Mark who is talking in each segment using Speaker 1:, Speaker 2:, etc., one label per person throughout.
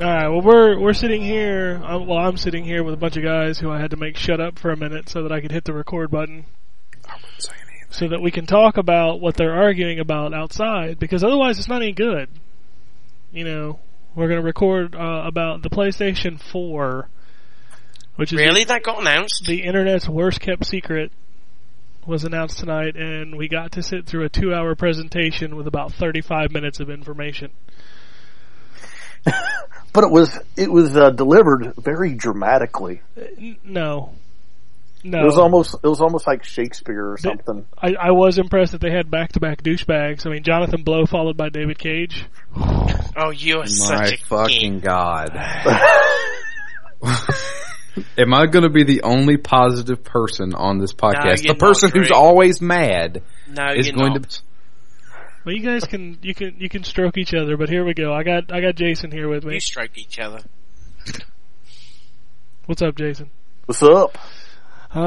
Speaker 1: All right. Well, we're we're sitting here. Um, well, I'm sitting here with a bunch of guys who I had to make shut up for a minute so that I could hit the record button,
Speaker 2: I wouldn't say anything.
Speaker 1: so that we can talk about what they're arguing about outside. Because otherwise, it's not any good. You know, we're gonna record uh, about the PlayStation 4, which is
Speaker 2: Really? That got announced?
Speaker 1: the internet's worst kept secret was announced tonight, and we got to sit through a two hour presentation with about 35 minutes of information.
Speaker 3: But it was it was uh, delivered very dramatically.
Speaker 1: Uh, N- no. No.
Speaker 3: It
Speaker 2: Oh.
Speaker 3: was almost it was almost like Shakespeare or something.
Speaker 1: I, I was impressed that they had back to back douchebags. I mean, Jonathan Blow followed by David Cage.
Speaker 2: Oh, you are
Speaker 4: My
Speaker 2: such a
Speaker 4: fucking
Speaker 2: geek.
Speaker 4: god. Am I going to be the only positive person on this podcast?
Speaker 2: you're
Speaker 4: the person
Speaker 2: not,
Speaker 4: who's
Speaker 2: Drake.
Speaker 4: always mad
Speaker 2: No,
Speaker 4: is
Speaker 2: you're
Speaker 4: going
Speaker 2: not.
Speaker 4: to.
Speaker 1: Well, you guys can you can you can stroke each other, but here we go. I got I got Jason here with me.
Speaker 2: You stroke each other.
Speaker 1: What's up, Jason?
Speaker 3: What's up?
Speaker 1: Uh,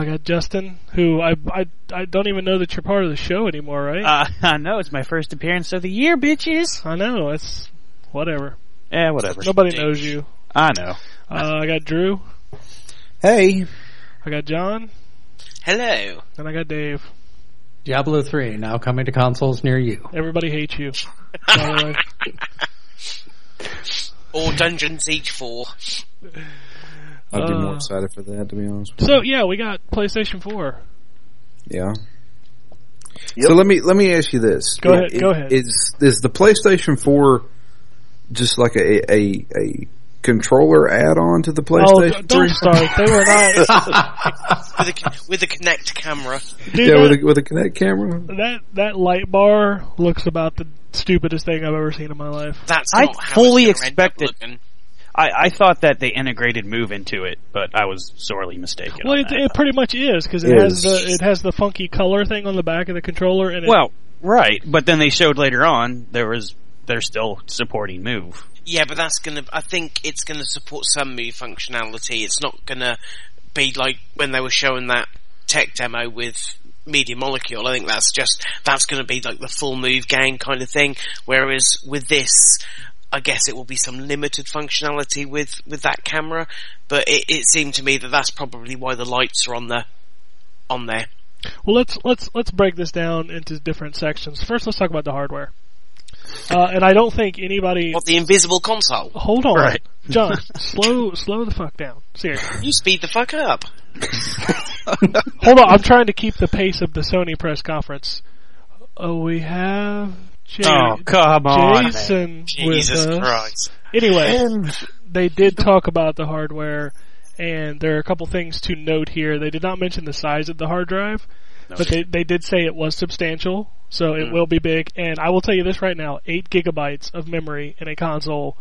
Speaker 1: I got Justin, who I, I I don't even know that you're part of the show anymore, right?
Speaker 5: Uh, I know it's my first appearance of the year, bitches.
Speaker 1: I know it's whatever.
Speaker 5: Eh, whatever.
Speaker 1: Nobody
Speaker 2: douche.
Speaker 1: knows you.
Speaker 5: I know.
Speaker 1: Uh, I got Drew.
Speaker 6: Hey,
Speaker 1: I got John,
Speaker 2: Hello.
Speaker 1: and I got Dave.
Speaker 6: Diablo 3 now coming to consoles near you.
Speaker 1: Everybody hates you. By the way.
Speaker 2: All dungeons each four.
Speaker 4: I'd be
Speaker 1: Uh.
Speaker 4: more excited for that, to be honest. With you.
Speaker 1: So yeah, we got PlayStation Four.
Speaker 4: Yeah. So let me let me ask you this.
Speaker 1: Go ahead, go ahead.
Speaker 4: Is is the PlayStation Four just like a a, a controller add on to the
Speaker 1: Oh, d-
Speaker 4: PlayStation?
Speaker 1: don't start. They were not.
Speaker 2: With a, with a Kinect camera.
Speaker 1: Dude,
Speaker 4: Yeah,
Speaker 1: that-
Speaker 4: with a, with a Kinect camera.
Speaker 1: That that light bar looks about the stupidest thing I've ever seen in my life.
Speaker 2: That's
Speaker 5: I
Speaker 2: not how
Speaker 5: fully
Speaker 2: it's gonna end up
Speaker 5: expected-
Speaker 2: looking.
Speaker 5: I, I thought that they integrated move into it, but I was sorely mistaken.
Speaker 1: Well,
Speaker 5: on
Speaker 1: it,
Speaker 5: that.
Speaker 1: it pretty much is because it
Speaker 4: It
Speaker 1: has
Speaker 4: is.
Speaker 1: the it has the funky color thing on the back of the controller and it,
Speaker 5: well, right, but then they showed later on there was they're still supporting move.
Speaker 2: Yeah, but that's gonna. I think it's gonna support some move functionality. It's not gonna be like when they were showing that tech demo with Media Molecule. I think that's just that's gonna be like the full move game kind of thing. Whereas with this, I guess it will be some limited functionality with with that camera. But it, it seemed to me that that's probably why the lights are on the on there.
Speaker 1: well let's let's let's break this down into different sections. First, let's talk about the hardware. Uh, and I don't think anybody.
Speaker 2: What the invisible console?
Speaker 1: Hold on,
Speaker 5: Right.
Speaker 1: John. slow slow the fuck down. Seriously,
Speaker 2: You speed the fuck up.
Speaker 1: hold on. I'm trying to keep the pace of the Sony press conference. Oh, we have. Ja-
Speaker 5: oh come on!
Speaker 1: Jason with uh,
Speaker 2: Jesus
Speaker 1: us.
Speaker 2: Christ!
Speaker 1: Anyway, they did talk about the hardware, and there are a couple things to note here. They did not mention the size of the hard drive, but they, they did say it was substantial, so it will be big. And I will tell you this right now 8 gigabytes of memory in a console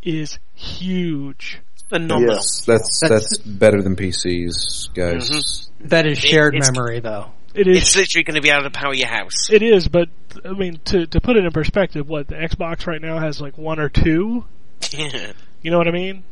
Speaker 1: is huge.
Speaker 2: Phenomenal.
Speaker 3: Yes.
Speaker 4: That's
Speaker 6: That's-
Speaker 4: that's better than PCs, guys.
Speaker 6: That is shared
Speaker 2: it's-
Speaker 6: memory, though.
Speaker 1: It is.
Speaker 2: It's literally going to be able to power your house.
Speaker 1: it is, but I mean, to to put it in perspective, what the Xbox right now has like one or two. You know what I mean?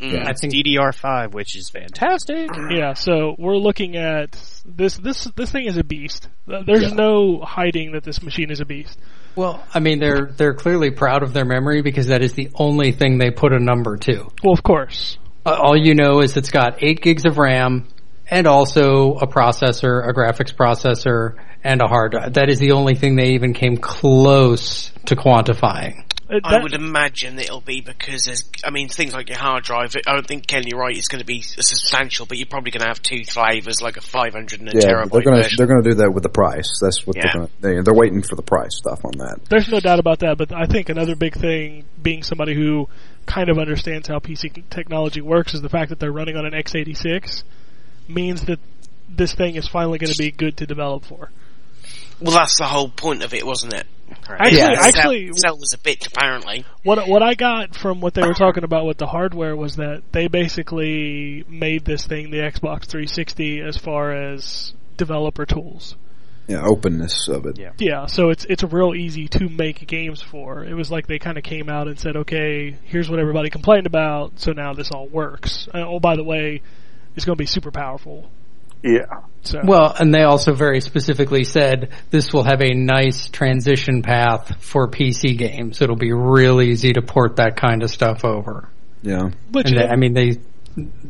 Speaker 4: Yeah.
Speaker 6: I
Speaker 5: That's
Speaker 6: think
Speaker 5: DDR5, which is fantastic.
Speaker 1: Yeah, so we're looking at this. This this thing is a beast. Th- There's no hiding that this machine is a beast.
Speaker 6: Well, I mean, they're they're clearly proud of their memory because that is the only thing they put a number to.
Speaker 1: Well, of course.
Speaker 6: Uh, all you know is it's got eight gigs of RAM and also a processor, a graphics processor, and a hard drive. That is the only thing they even came close to quantifying.
Speaker 1: Uh,
Speaker 2: I
Speaker 1: that-
Speaker 2: would imagine it'll be because there's, I mean, things like your hard drive. I don't think Ken, you're right. It's going to be substantial, but you're probably going to have two flavors, like a 500 and a
Speaker 4: Yeah,
Speaker 2: terabyte
Speaker 4: they're gonna
Speaker 2: version.
Speaker 4: they're gonna do that with the price. That's what
Speaker 2: Yeah.
Speaker 4: they're gonna. They, they're waiting for the price stuff on that.
Speaker 1: there's no doubt about that. But I think another big thing, being somebody who kind of understands how PC technology works, is the fact that they're running on an x86 means that this thing is finally going to be good to develop for.
Speaker 2: Well, that's the whole point of it, wasn't it?
Speaker 1: Actually,
Speaker 6: Yeah.
Speaker 1: actually,
Speaker 2: Cell, Cell was a bitch, apparently.
Speaker 1: What what I got from what they were talking about with the hardware was that they basically made this thing the Xbox 360 as far as developer tools.
Speaker 4: Yeah, openness of it.
Speaker 5: Yeah.
Speaker 1: Yeah, so it's it's real easy to make games for. It was like they kind of came out and said, "Okay, here's what everybody complained about, so now this all works." And, oh, by the way, it's going to be super powerful.
Speaker 3: Yeah.
Speaker 1: So
Speaker 6: Well, and they also very specifically said this will have a nice transition path for PC games. It'll be real easy to port that kind of stuff over.
Speaker 4: Yeah.
Speaker 1: which
Speaker 6: And they, I mean, they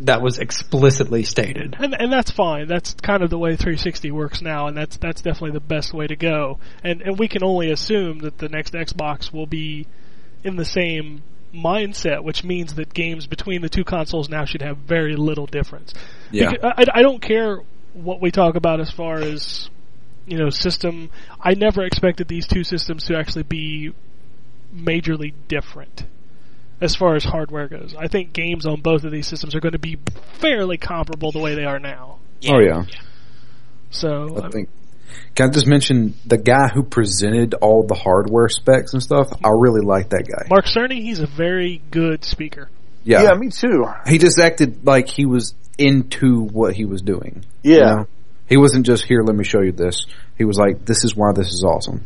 Speaker 6: that was explicitly stated.
Speaker 1: and and that's fine. That's kind of the way 360 works now, and that's that's definitely the best way to go. And and we can only assume that the next Xbox will be in the same mindset, which means that games between the two consoles now should have very little difference.
Speaker 4: Yeah.
Speaker 1: Because- I, I- I don't care what we talk about as far as you know system. I never expected these two systems to actually be majorly different as far as hardware goes. I think games on both of these systems are going to be fairly comparable the way they are now.
Speaker 4: Oh yeah.
Speaker 1: So
Speaker 4: I think. Can I just mention the guy who presented all the hardware specs and stuff? I really like that guy.
Speaker 1: Mark Cerny, he's a very good speaker.
Speaker 4: Yeah.
Speaker 3: Yeah, me too.
Speaker 4: He just acted like he was into what he was doing.
Speaker 3: Yeah.
Speaker 4: you know? He wasn't just here, let me show you this. He was like, this is why this is awesome.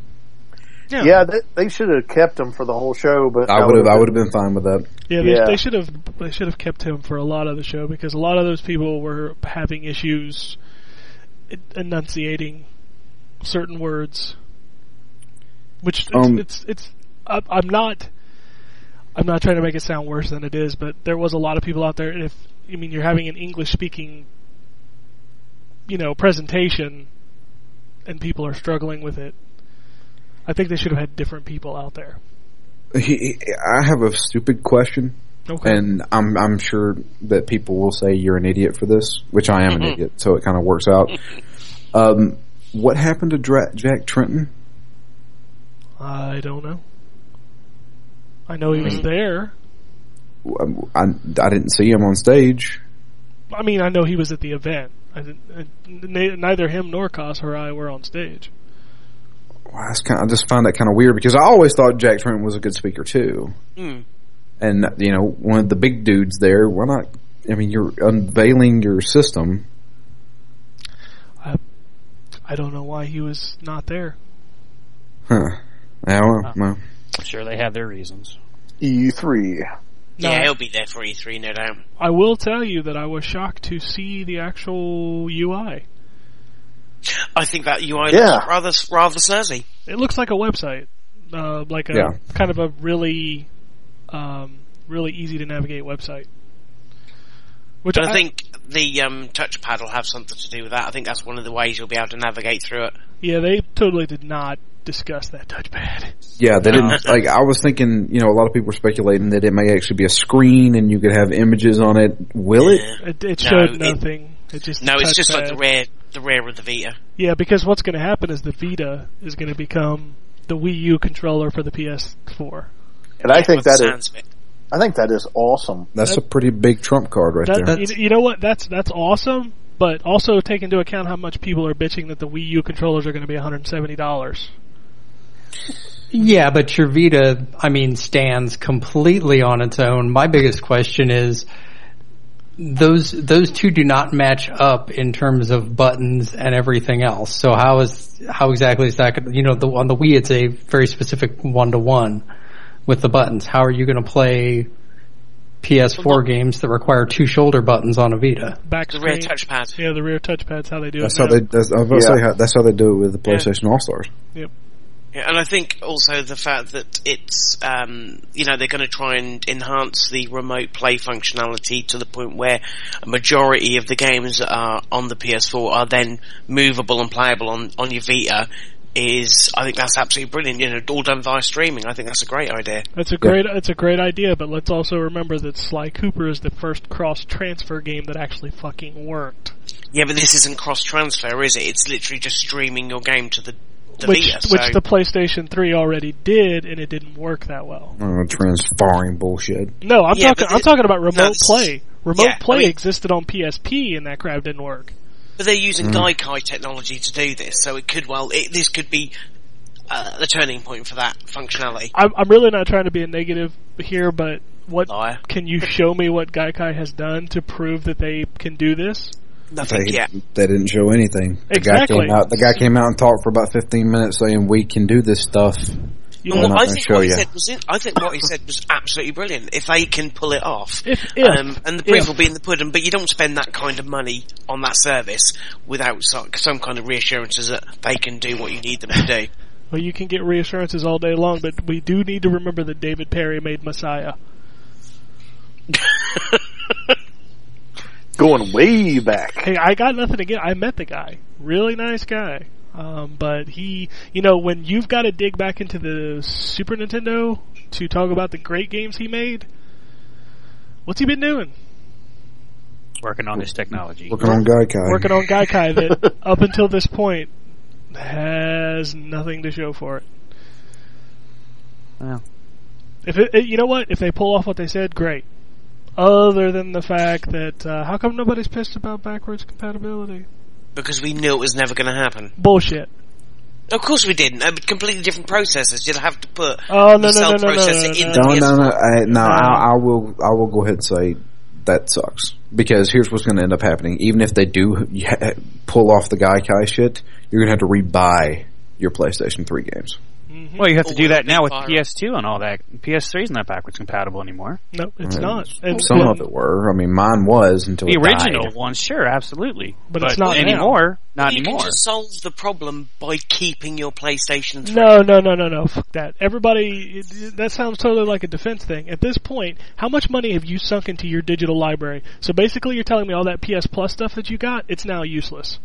Speaker 3: Yeah, they, they should have kept him for the whole show, but
Speaker 4: I would have, I would have been fine with that.
Speaker 1: Yeah, they,
Speaker 3: Yeah.
Speaker 1: they should have they should have kept him for a lot of the show because a lot of those people were having issues enunciating certain words, which it's
Speaker 4: Um,
Speaker 1: it's, it's I, I'm not I'm not trying to make it sound worse than it is, but there was a lot of people out there. and If I mean you're having an English speaking you know presentation and people are struggling with it, I think they should have had different people out there.
Speaker 4: He, he- I have a stupid question,
Speaker 1: Okay.
Speaker 4: and I'm, I'm sure that people will say you're an idiot for this, which I am an idiot, so it kind of works out. Um, what happened to Dra- Jack Trenton?
Speaker 1: I don't know. I know he
Speaker 2: Hmm.
Speaker 1: was there.
Speaker 4: Um, I, I didn't see him on stage.
Speaker 1: I mean, I know he was at the event. I didn't, I, n- neither him nor Cos or I were on stage.
Speaker 4: Well, that's kind. I just find that kind of weird because I always thought Jack Trenton was a good speaker too.
Speaker 2: Hmm.
Speaker 4: And you know, one of the big dudes there. Why not? I mean, you're unveiling your system.
Speaker 1: I don't know why he was not there.
Speaker 4: Huh. Yeah, well, well,
Speaker 5: I'm sure they have their reasons.
Speaker 3: E three.
Speaker 1: No.
Speaker 2: Yeah, he'll be there for E3, no doubt.
Speaker 1: I will tell you that I was shocked to see the actual UI.
Speaker 2: I think that UI
Speaker 3: Yeah.
Speaker 2: looks rather rather snazzy.
Speaker 1: It looks like a website, uh, like a
Speaker 4: Yeah.
Speaker 1: kind of a really, um, really easy to navigate website. Which
Speaker 2: But I think the um, touchpad will have something to do with that. I think that's one of the ways you'll be able to navigate through it.
Speaker 1: yeah, they totally did not discuss that touchpad.
Speaker 4: yeah. They didn't
Speaker 1: Uh-huh.
Speaker 4: like. I was thinking. You know, a lot of people were speculating that it may actually be a screen and you could have images on it. Will it?
Speaker 1: It, it
Speaker 2: No,
Speaker 1: showed
Speaker 2: it-
Speaker 1: nothing. It, just
Speaker 2: No, it's just like
Speaker 1: touchpad.
Speaker 2: the rear the rear of the Vita.
Speaker 1: Yeah, because what's going to happen is the Vita is going to become the Wii U controller for the PS4.
Speaker 3: And I think
Speaker 2: by the
Speaker 3: that is
Speaker 2: sounds of it.
Speaker 3: I think that is awesome.
Speaker 4: That's a pretty big trump card right
Speaker 1: That,
Speaker 4: there.
Speaker 1: you, you know what? That's that's awesome, but also take into account how much people are bitching that the Wii U controllers are going to be $170.
Speaker 6: Yeah, but your Vita, I mean, stands completely on its own. My biggest question is those those two do not match up in terms of buttons and everything else. So how is how exactly is that? gonna- You know, the, on the Wii, it's a very specific one to one with the buttons. How are you going to play PS4 games that require two shoulder buttons on a Vita?
Speaker 1: Back
Speaker 2: The
Speaker 1: screen.
Speaker 2: rear touchpad.
Speaker 1: Yeah, the rear touchpad's how they do
Speaker 4: That's
Speaker 1: it.
Speaker 4: how
Speaker 1: now.
Speaker 4: they. That's, I was about to say
Speaker 3: Yeah.
Speaker 4: how, that's how they do it with the PlayStation All Stars.
Speaker 2: Yeah, and I think also the fact that it's, um, you know, they're going to try and enhance the remote play functionality to the point where a majority of the games that are on the PS4 are then movable and playable on, on your Vita is, I think that's absolutely brilliant. You know, all done via streaming. I think that's a great idea.
Speaker 1: That's a great it's a great idea, but let's also remember that Sly Cooper is the first cross transfer game that actually fucking worked.
Speaker 2: Yeah, but this isn't cross transfer, is it? It's literally just streaming your game to the, the
Speaker 1: which
Speaker 2: Vita. So,
Speaker 1: which the PlayStation 3 already did and it didn't work that well.
Speaker 4: Oh, transferring bullshit.
Speaker 1: No, I'm
Speaker 2: Yeah,
Speaker 1: talking.
Speaker 2: but
Speaker 1: I'm
Speaker 2: it-
Speaker 1: talking about remote
Speaker 2: that's-
Speaker 1: play. Remote
Speaker 2: yeah, I
Speaker 1: play
Speaker 2: mean-
Speaker 1: existed on PSP, and that crap didn't work.
Speaker 2: but they're using
Speaker 1: Mm.
Speaker 2: Gaikai technology to do this, so it could well, it, this could be uh, the turning point for that functionality.
Speaker 1: I'm, I'm really not trying to be a negative here, but what
Speaker 2: Liar.
Speaker 1: can you show me what Gaikai has done to prove that they can do this?
Speaker 2: Nothing
Speaker 4: They,
Speaker 2: yet.
Speaker 4: they didn't show anything. The guy
Speaker 1: Exactly.
Speaker 4: came out. The guy came out and talked for about fifteen minutes saying we can do this stuff.
Speaker 1: You
Speaker 4: Well,
Speaker 1: know,
Speaker 4: not
Speaker 2: I
Speaker 4: gonna
Speaker 2: think
Speaker 4: show
Speaker 2: what he
Speaker 4: you.
Speaker 2: said was in, I think what he said was absolutely brilliant. If they can pull it off,
Speaker 1: If- if-
Speaker 2: um, and the proof
Speaker 1: if.
Speaker 2: will be in the pudding, but you don't spend that kind of money on that service without so- some kind of reassurances that they can do what you need them to do.
Speaker 1: well, you can get reassurances all day long, but we do need to remember that David Perry made Messiah.
Speaker 3: Going way back.
Speaker 1: Hey, I got nothing again. I met the guy. Really nice guy. Um, but he, you know, when you've got to dig back into the Super Nintendo to talk about the great games he made, what's he been doing?
Speaker 5: working on this technology.
Speaker 4: Working on Gaikai.
Speaker 1: Working on Gaikai that up until this point has nothing to show for it.
Speaker 5: Well.
Speaker 1: If it, it- you know what, if they pull off what they said, great. Other than the fact that uh, how come nobody's pissed about backwards compatibility?
Speaker 2: Because we knew it was never going to happen.
Speaker 1: Bullshit.
Speaker 2: Of course we didn't. They're completely different processes. You'd have to put
Speaker 1: Oh no
Speaker 2: the
Speaker 1: no
Speaker 2: cell
Speaker 1: no no no
Speaker 2: processor
Speaker 1: no,
Speaker 2: in
Speaker 1: no.
Speaker 2: the-
Speaker 4: No, no, no. I, no,
Speaker 1: No.
Speaker 4: I, I will. I will go ahead and say that sucks because here's what's going to end up happening. Even if they do ha- pull off the Gaikai shit, you're going to have to rebuy your PlayStation Three games.
Speaker 1: Mhm.
Speaker 5: Well, you have to do that now with
Speaker 2: Fire.
Speaker 5: PS2 and all that. PS3 is not backwards compatible anymore.
Speaker 1: No, it's
Speaker 4: Right.
Speaker 1: not. And,
Speaker 4: Some
Speaker 1: and-
Speaker 4: of it were. I mean, mine was until
Speaker 5: The
Speaker 4: it
Speaker 5: original
Speaker 4: died.
Speaker 5: one, sure, absolutely,
Speaker 1: But it's not now.
Speaker 5: anymore. Not
Speaker 2: you
Speaker 5: anymore.
Speaker 2: can just solve the problem by keeping your PlayStation 3.
Speaker 1: No, no, no, no, no. Fuck that. Everybody, that sounds totally like a defense thing. At this point, how much money have you sunk into your digital library? So basically, you're telling me all that PS Plus stuff that you got, it's now useless.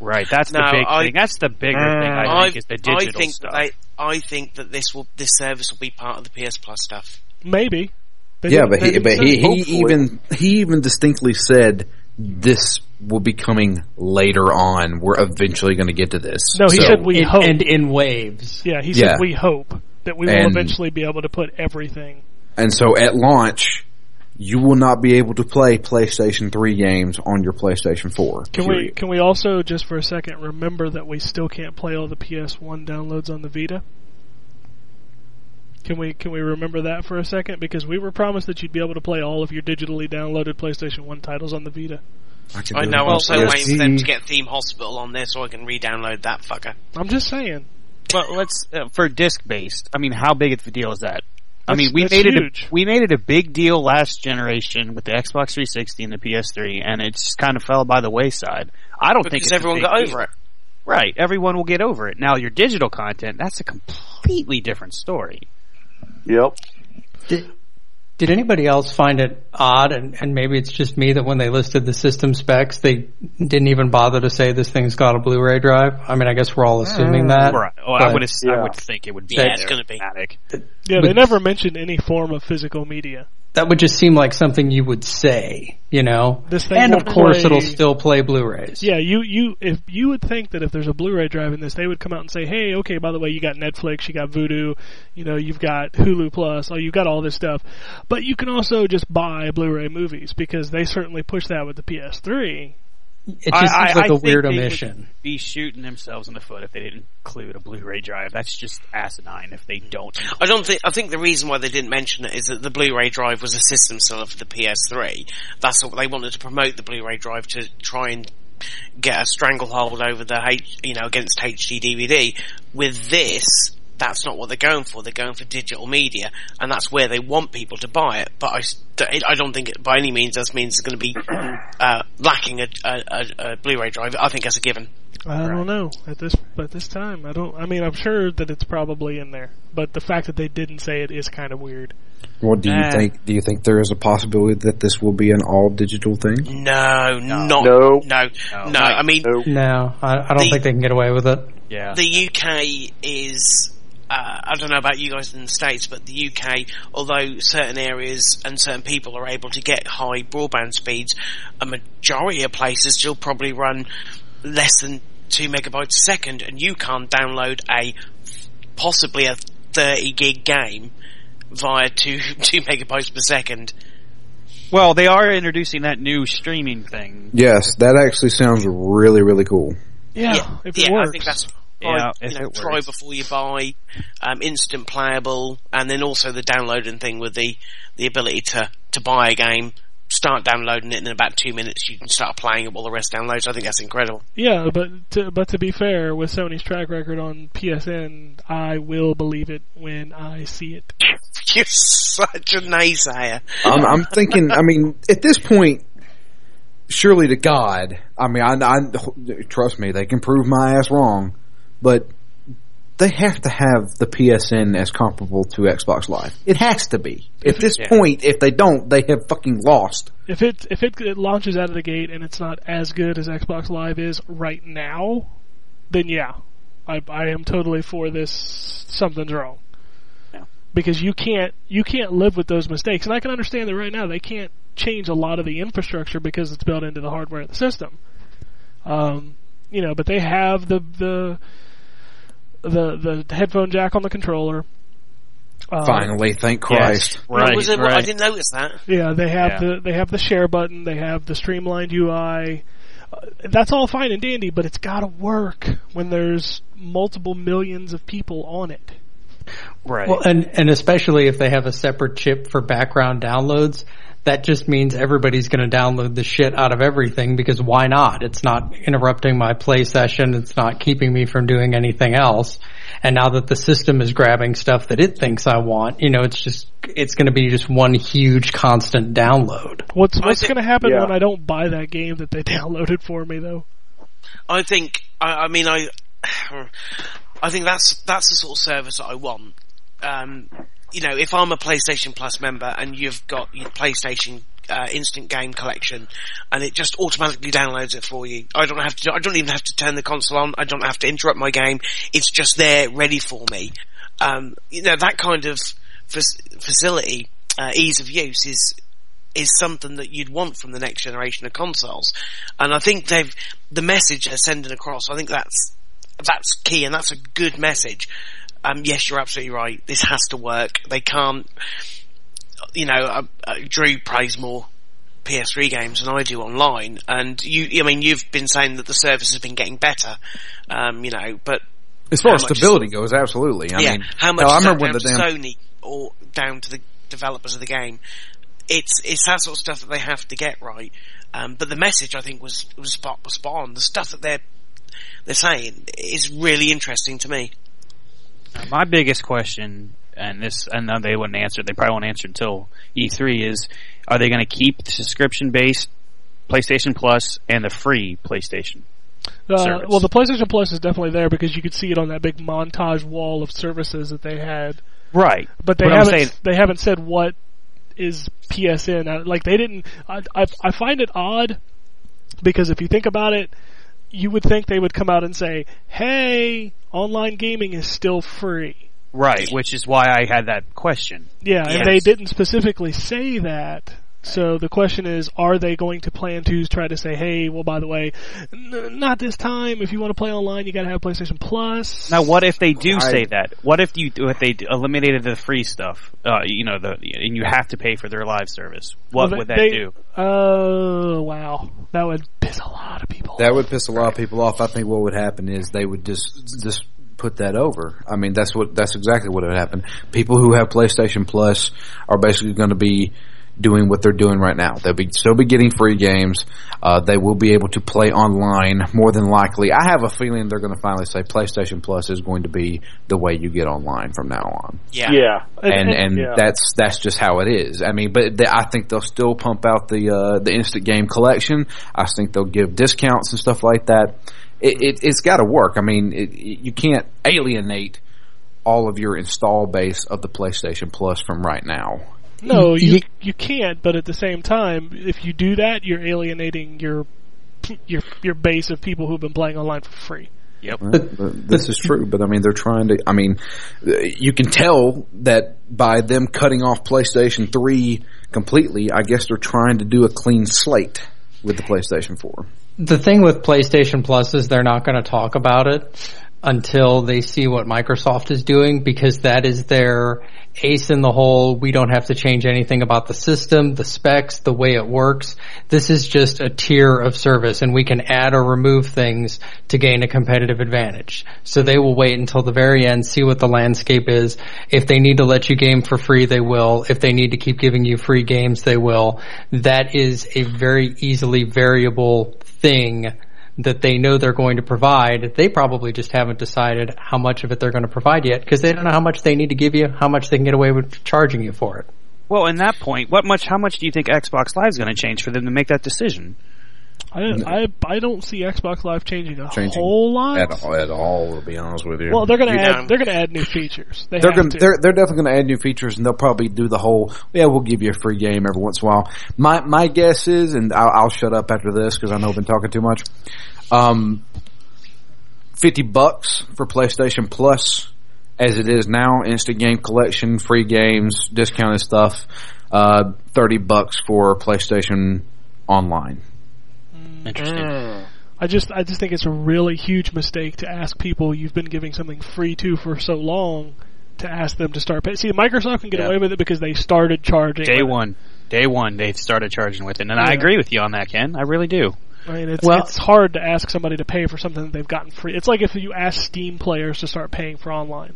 Speaker 5: Right. That's the
Speaker 2: No,
Speaker 5: big
Speaker 2: I-
Speaker 5: thing. That's the bigger thing.
Speaker 2: Mm.
Speaker 5: I think is the digital
Speaker 2: I think
Speaker 5: stuff.
Speaker 2: That they, I think that this will this service will be part of the PS Plus stuff.
Speaker 1: Maybe. They
Speaker 4: Yeah,
Speaker 1: didn't-
Speaker 4: but
Speaker 1: they
Speaker 4: he,
Speaker 1: didn't
Speaker 4: but
Speaker 1: say-
Speaker 4: he, he
Speaker 3: hopefully.
Speaker 4: even he even distinctly said this will be coming later on. We're eventually going to get to this.
Speaker 1: No, he
Speaker 4: So-
Speaker 1: said we
Speaker 6: in,
Speaker 1: hope.
Speaker 6: and in waves.
Speaker 1: yeah, he
Speaker 4: Yeah.
Speaker 1: said we hope that we will
Speaker 4: And-
Speaker 1: eventually be able to put everything.
Speaker 4: And so at launch, you will not be able to play PlayStation 3 games on your PlayStation 4.
Speaker 1: Can we?
Speaker 4: period.
Speaker 1: Can we also just for a second remember that we still can't play all the PS1 downloads on the Vita? Can we? Can we remember that for a second? Because we were promised that you'd be able to play all of your digitally downloaded PlayStation One titles on the Vita.
Speaker 4: can
Speaker 2: I
Speaker 4: do
Speaker 2: know.
Speaker 4: it on
Speaker 2: I'm so
Speaker 4: PS3.
Speaker 2: waiting for them to get Theme Hospital on there so I can re-download that fucker.
Speaker 1: I'm just saying.
Speaker 5: Well, let's uh, for disc based. I mean, how big of a deal is that? I
Speaker 1: That's-
Speaker 5: mean, we
Speaker 1: that's
Speaker 5: made it.
Speaker 1: huge.
Speaker 5: A, we made it a big deal last generation with the Xbox 360 and the PS3, and it just kind of fell by the wayside. I don't think
Speaker 2: Because
Speaker 5: it's a
Speaker 2: everyone
Speaker 5: big
Speaker 2: got
Speaker 5: deal.
Speaker 2: over it.
Speaker 5: Right, everyone will get over it. Now, your digital content—that's a completely different story.
Speaker 3: Yep.
Speaker 6: Did, did anybody else find it odd, and, and maybe it's just me, that when they listed the system specs, they didn't even bother to say this thing's got a Blu-ray drive? I mean, I guess we're all assuming that.
Speaker 5: Right. Oh, I
Speaker 6: But-
Speaker 5: would. I
Speaker 3: yeah.
Speaker 5: would think it would be.
Speaker 2: Yeah, it's
Speaker 5: there.
Speaker 2: gonna be.
Speaker 5: Automatic.
Speaker 1: Yeah, they
Speaker 6: But-
Speaker 1: never mentioned any form of physical media.
Speaker 6: That would just seem like something you would say, you know?
Speaker 1: This thing
Speaker 6: And
Speaker 1: will
Speaker 6: of course,
Speaker 1: play-
Speaker 6: it'll still play Blu-rays.
Speaker 1: Yeah, you you if you would think that if there's a Blu-ray drive in this, they would come out and say, "Hey, okay, by the way, you got Netflix, you got Vudu, you know, you've got Hulu Plus, oh, you got all this stuff." But you can also just buy Blu-ray movies because they certainly push that with the PS3.
Speaker 6: It just
Speaker 5: I-
Speaker 6: seems
Speaker 5: I- I
Speaker 6: like a
Speaker 5: think
Speaker 6: weird
Speaker 5: they would
Speaker 6: omission.
Speaker 5: Be shooting themselves in the foot if they didn't include a Blu-ray drive. That's just asinine if they don't.
Speaker 2: I don't think. I think the reason why they didn't mention it is that the Blu-ray drive was a system seller for the PS3. That's what they wanted to promote the Blu-ray drive to try and get a stranglehold over the H, you know against HD DVD. With this, that's not what they're going for. They're going for digital media, and that's where they want people to buy it. But I, st- I don't think it, by any means that means it's going to be uh, lacking a, a, a, a Blu-ray drive. I think that's a given.
Speaker 1: I don't know at this at this time. I don't. I mean, I'm sure that it's probably in there, but the fact that they didn't say it is kind of weird.
Speaker 4: Well, do you
Speaker 5: Nah.
Speaker 4: think do you think there is a possibility that this will be an all digital thing?
Speaker 2: No, not
Speaker 3: No.
Speaker 2: no, no. I mean,
Speaker 3: No.
Speaker 6: No, I, I don't
Speaker 2: The-
Speaker 6: think they can get away with it.
Speaker 5: Yeah.
Speaker 2: the UK is. Uh, I don't know about you guys in the States, but the UK, although certain areas and certain people are able to get high broadband speeds, a majority of places still probably run less than 2 megabytes a second, and you can't download a possibly a 30 gig game via 2, 2 megabytes per second.
Speaker 5: well, they are introducing that new streaming thing.
Speaker 4: Yes, that actually sounds really really cool.
Speaker 1: Yeah, if it
Speaker 2: yeah,
Speaker 1: works.
Speaker 2: I think that's
Speaker 5: Yeah,
Speaker 2: I,
Speaker 5: if
Speaker 2: you know,
Speaker 5: it
Speaker 2: try
Speaker 5: works.
Speaker 2: before you buy, um, instant playable, and then also the downloading thing with the the ability to to buy a game, s- start downloading it, and in about two minutes you can start playing it while the rest downloads. I think that's incredible.
Speaker 1: Yeah, but to, but to be fair, with Sony's track record on PSN, I will believe it when I see it.
Speaker 2: You're such a naysayer.
Speaker 4: I'm, I'm thinking. I mean, at this point, surely to God. I mean, I, I trust me. They can prove my ass wrong, but they have to have the PSN as comparable to Xbox Live. It has to be. At this
Speaker 2: Yeah.
Speaker 4: point, if they don't, they have fucking lost.
Speaker 1: If it if it, it launches out of the gate and it's not as good as Xbox Live is right now, then yeah, I I am totally for this. Something's wrong.
Speaker 5: Yeah.
Speaker 1: Because you can't you can't live with those mistakes, and I can understand that right now they can't change a lot of the infrastructure because it's built into the hardware of the system. Um, you know, but they have the the the the headphone jack on the controller.
Speaker 4: Uh,
Speaker 1: Um,
Speaker 4: Finally, thank Christ.
Speaker 5: Right,
Speaker 2: Was it-
Speaker 5: right.
Speaker 2: I didn't notice that.
Speaker 1: yeah, they have
Speaker 5: Yeah.
Speaker 1: the they have the share button. They have the streamlined UI. Uh, That's all fine and dandy, but it's got to work when there's multiple millions of people on it.
Speaker 5: right.
Speaker 6: Well, and and especially if they have a separate chip for background downloads, that just means everybody's going to download the shit out of everything because why not? It's not interrupting my play session. It's not keeping me from doing anything else. And now that the system is grabbing stuff that it thinks I want, you know, it's just it's going to be just one huge constant download.
Speaker 1: What's
Speaker 2: I
Speaker 1: what's
Speaker 2: thi-
Speaker 1: going to happen
Speaker 3: yeah.
Speaker 1: when I don't buy that game that they downloaded for me though?
Speaker 2: I think. I, I mean, I. I think that's that's the sort of service that I want. Um, you know, if I'm a PlayStation Plus member and you've got your PlayStation uh, Instant Game Collection, and it just automatically downloads it for you, I don't have to. I don't even have to turn the console on. I don't have to interrupt my game. It's just there, ready for me. Um, you know, that kind of fac- facility, uh, ease of use is is something that you'd want from the next generation of consoles. And I think they've the message they're sending across. I think that's that's key, and that's a good message. Um, yes, you're absolutely right. This has to work. They can't, you know. Uh, uh, Drew plays more PS3 games than I do online, and you. I mean, you've been saying that the service has been getting better. Um, you know, but
Speaker 4: As far as
Speaker 2: How much-
Speaker 4: stability goes, absolutely. I
Speaker 2: yeah,
Speaker 4: mean,
Speaker 2: how much
Speaker 4: hell, I
Speaker 2: is that
Speaker 4: remember when the
Speaker 2: down
Speaker 4: damn
Speaker 2: to Sony or down to the developers of the game? It's it's that sort of stuff that they have to get right. Um, but the message I think was was spot was spot on. The stuff that they're they're saying is really interesting to me.
Speaker 5: My biggest question, and this, and know they wouldn't answer. They probably won't answer until E3. Is are they going to keep the subscription-based PlayStation Plus and the free PlayStation?
Speaker 1: Uh,
Speaker 5: Service.
Speaker 1: well, the PlayStation Plus is definitely there because you could see it on that big montage wall of services that they had.
Speaker 5: Right.
Speaker 1: But they
Speaker 5: But I'm
Speaker 1: haven't.
Speaker 5: saying-
Speaker 1: they haven't said what is PSN. Uh, Like they didn't. I, I I find it odd because if you think about it, you would think they would come out and say, "Hey, online gaming is still free."
Speaker 5: Right. Which is why I had that question.
Speaker 1: Yeah, and
Speaker 2: Yes.
Speaker 1: they didn't specifically say that. So the question is, are they going to plan to try to say, "Hey, well, by the way, n- not this time. If you want to play online, you got to have PlayStation Plus."
Speaker 5: Now, what if they do
Speaker 4: I-
Speaker 5: say that? What if you if they eliminated the free stuff? Uh, you know, the and you have to pay for their live service. What
Speaker 1: Well,
Speaker 5: would
Speaker 1: they-
Speaker 5: that
Speaker 1: they-
Speaker 5: do?
Speaker 1: Oh wow, that would piss a lot of people.
Speaker 4: That would piss a lot of people off. I think what would happen is they would just just put that over. I mean, that's what that's exactly what would happen. People who have PlayStation Plus are basically going to be doing what they're doing right now. They'll be still be getting free games. Uh, they will be able to play online more than likely. I have a feeling they're going to finally say PlayStation Plus is going to be the way you get online from now on
Speaker 2: Yeah,
Speaker 3: Yeah.
Speaker 4: and and
Speaker 3: yeah.
Speaker 4: that's that's just how it is. I mean, but th I think they'll still pump out the uh, the instant game collection. I think they'll give discounts and stuff like that. It, it it's got to work. I mean, it, it- you can't alienate all of your install base of the PlayStation Plus from right now.
Speaker 1: No,
Speaker 6: You-
Speaker 1: you you can't. But at the same time, if you do that, you're alienating your your your base of people who've been playing online for free.
Speaker 4: This is true, but I mean, they're trying to. I mean, uh, you can tell that by them cutting off PlayStation Three completely. I guess they're trying to do a clean slate with the PlayStation Four.
Speaker 6: The thing with PlayStation Plus is they're not going to talk about it. until they see what Microsoft is doing because that is their ace in the hole. We don't have to change anything about the system, the specs, the way it works. This is just a tier of service and we can add or remove things to gain a competitive advantage. So they will wait until the very end, see what the landscape is. If they need to let you game for free, they will. If they need to keep giving you free games, they will. That is a very easily variable thing that they know they're going to provide. They probably just haven't decided how much of it they're going to provide yet because they don't know how much they need to give you, how much they can get away with charging you for it.
Speaker 5: Well, in that point, what much? How much do you think Xbox Live is going to change for them to make that decision?
Speaker 1: I, I, I don't see Xbox Live changing a
Speaker 4: Changing
Speaker 1: whole lot.
Speaker 4: at all, at all, to be honest with you.
Speaker 1: Well, they're gonna
Speaker 2: You
Speaker 1: add
Speaker 2: know.
Speaker 1: they're gonna add new features. They
Speaker 4: They're
Speaker 1: have
Speaker 4: gonna,
Speaker 1: to.
Speaker 4: they're, they're definitely going to add new features, and they'll probably do the whole. Yeah, we'll give you a free game every once in a while. My my guess is, and I'll, I'll shut up after this because I know I've been talking too much. Um, fifty bucks for PlayStation Plus, as it is now, instant game collection, free games, discounted stuff. Uh, thirty bucks for PlayStation Online.
Speaker 5: Interesting.
Speaker 1: I just I just think it's a really huge mistake to ask people you've been giving something free to for so long to ask them to start paying. See, Microsoft can get
Speaker 5: Yeah.
Speaker 1: away with it because they started charging.
Speaker 5: Day one, day one, they started charging with it, and I
Speaker 1: Yeah.
Speaker 5: agree with you on that, Ken. I really do.
Speaker 1: I mean, it's
Speaker 6: Well-
Speaker 1: it's hard to ask somebody to pay for something that they've gotten free. It's like if you ask Steam players to start paying for online.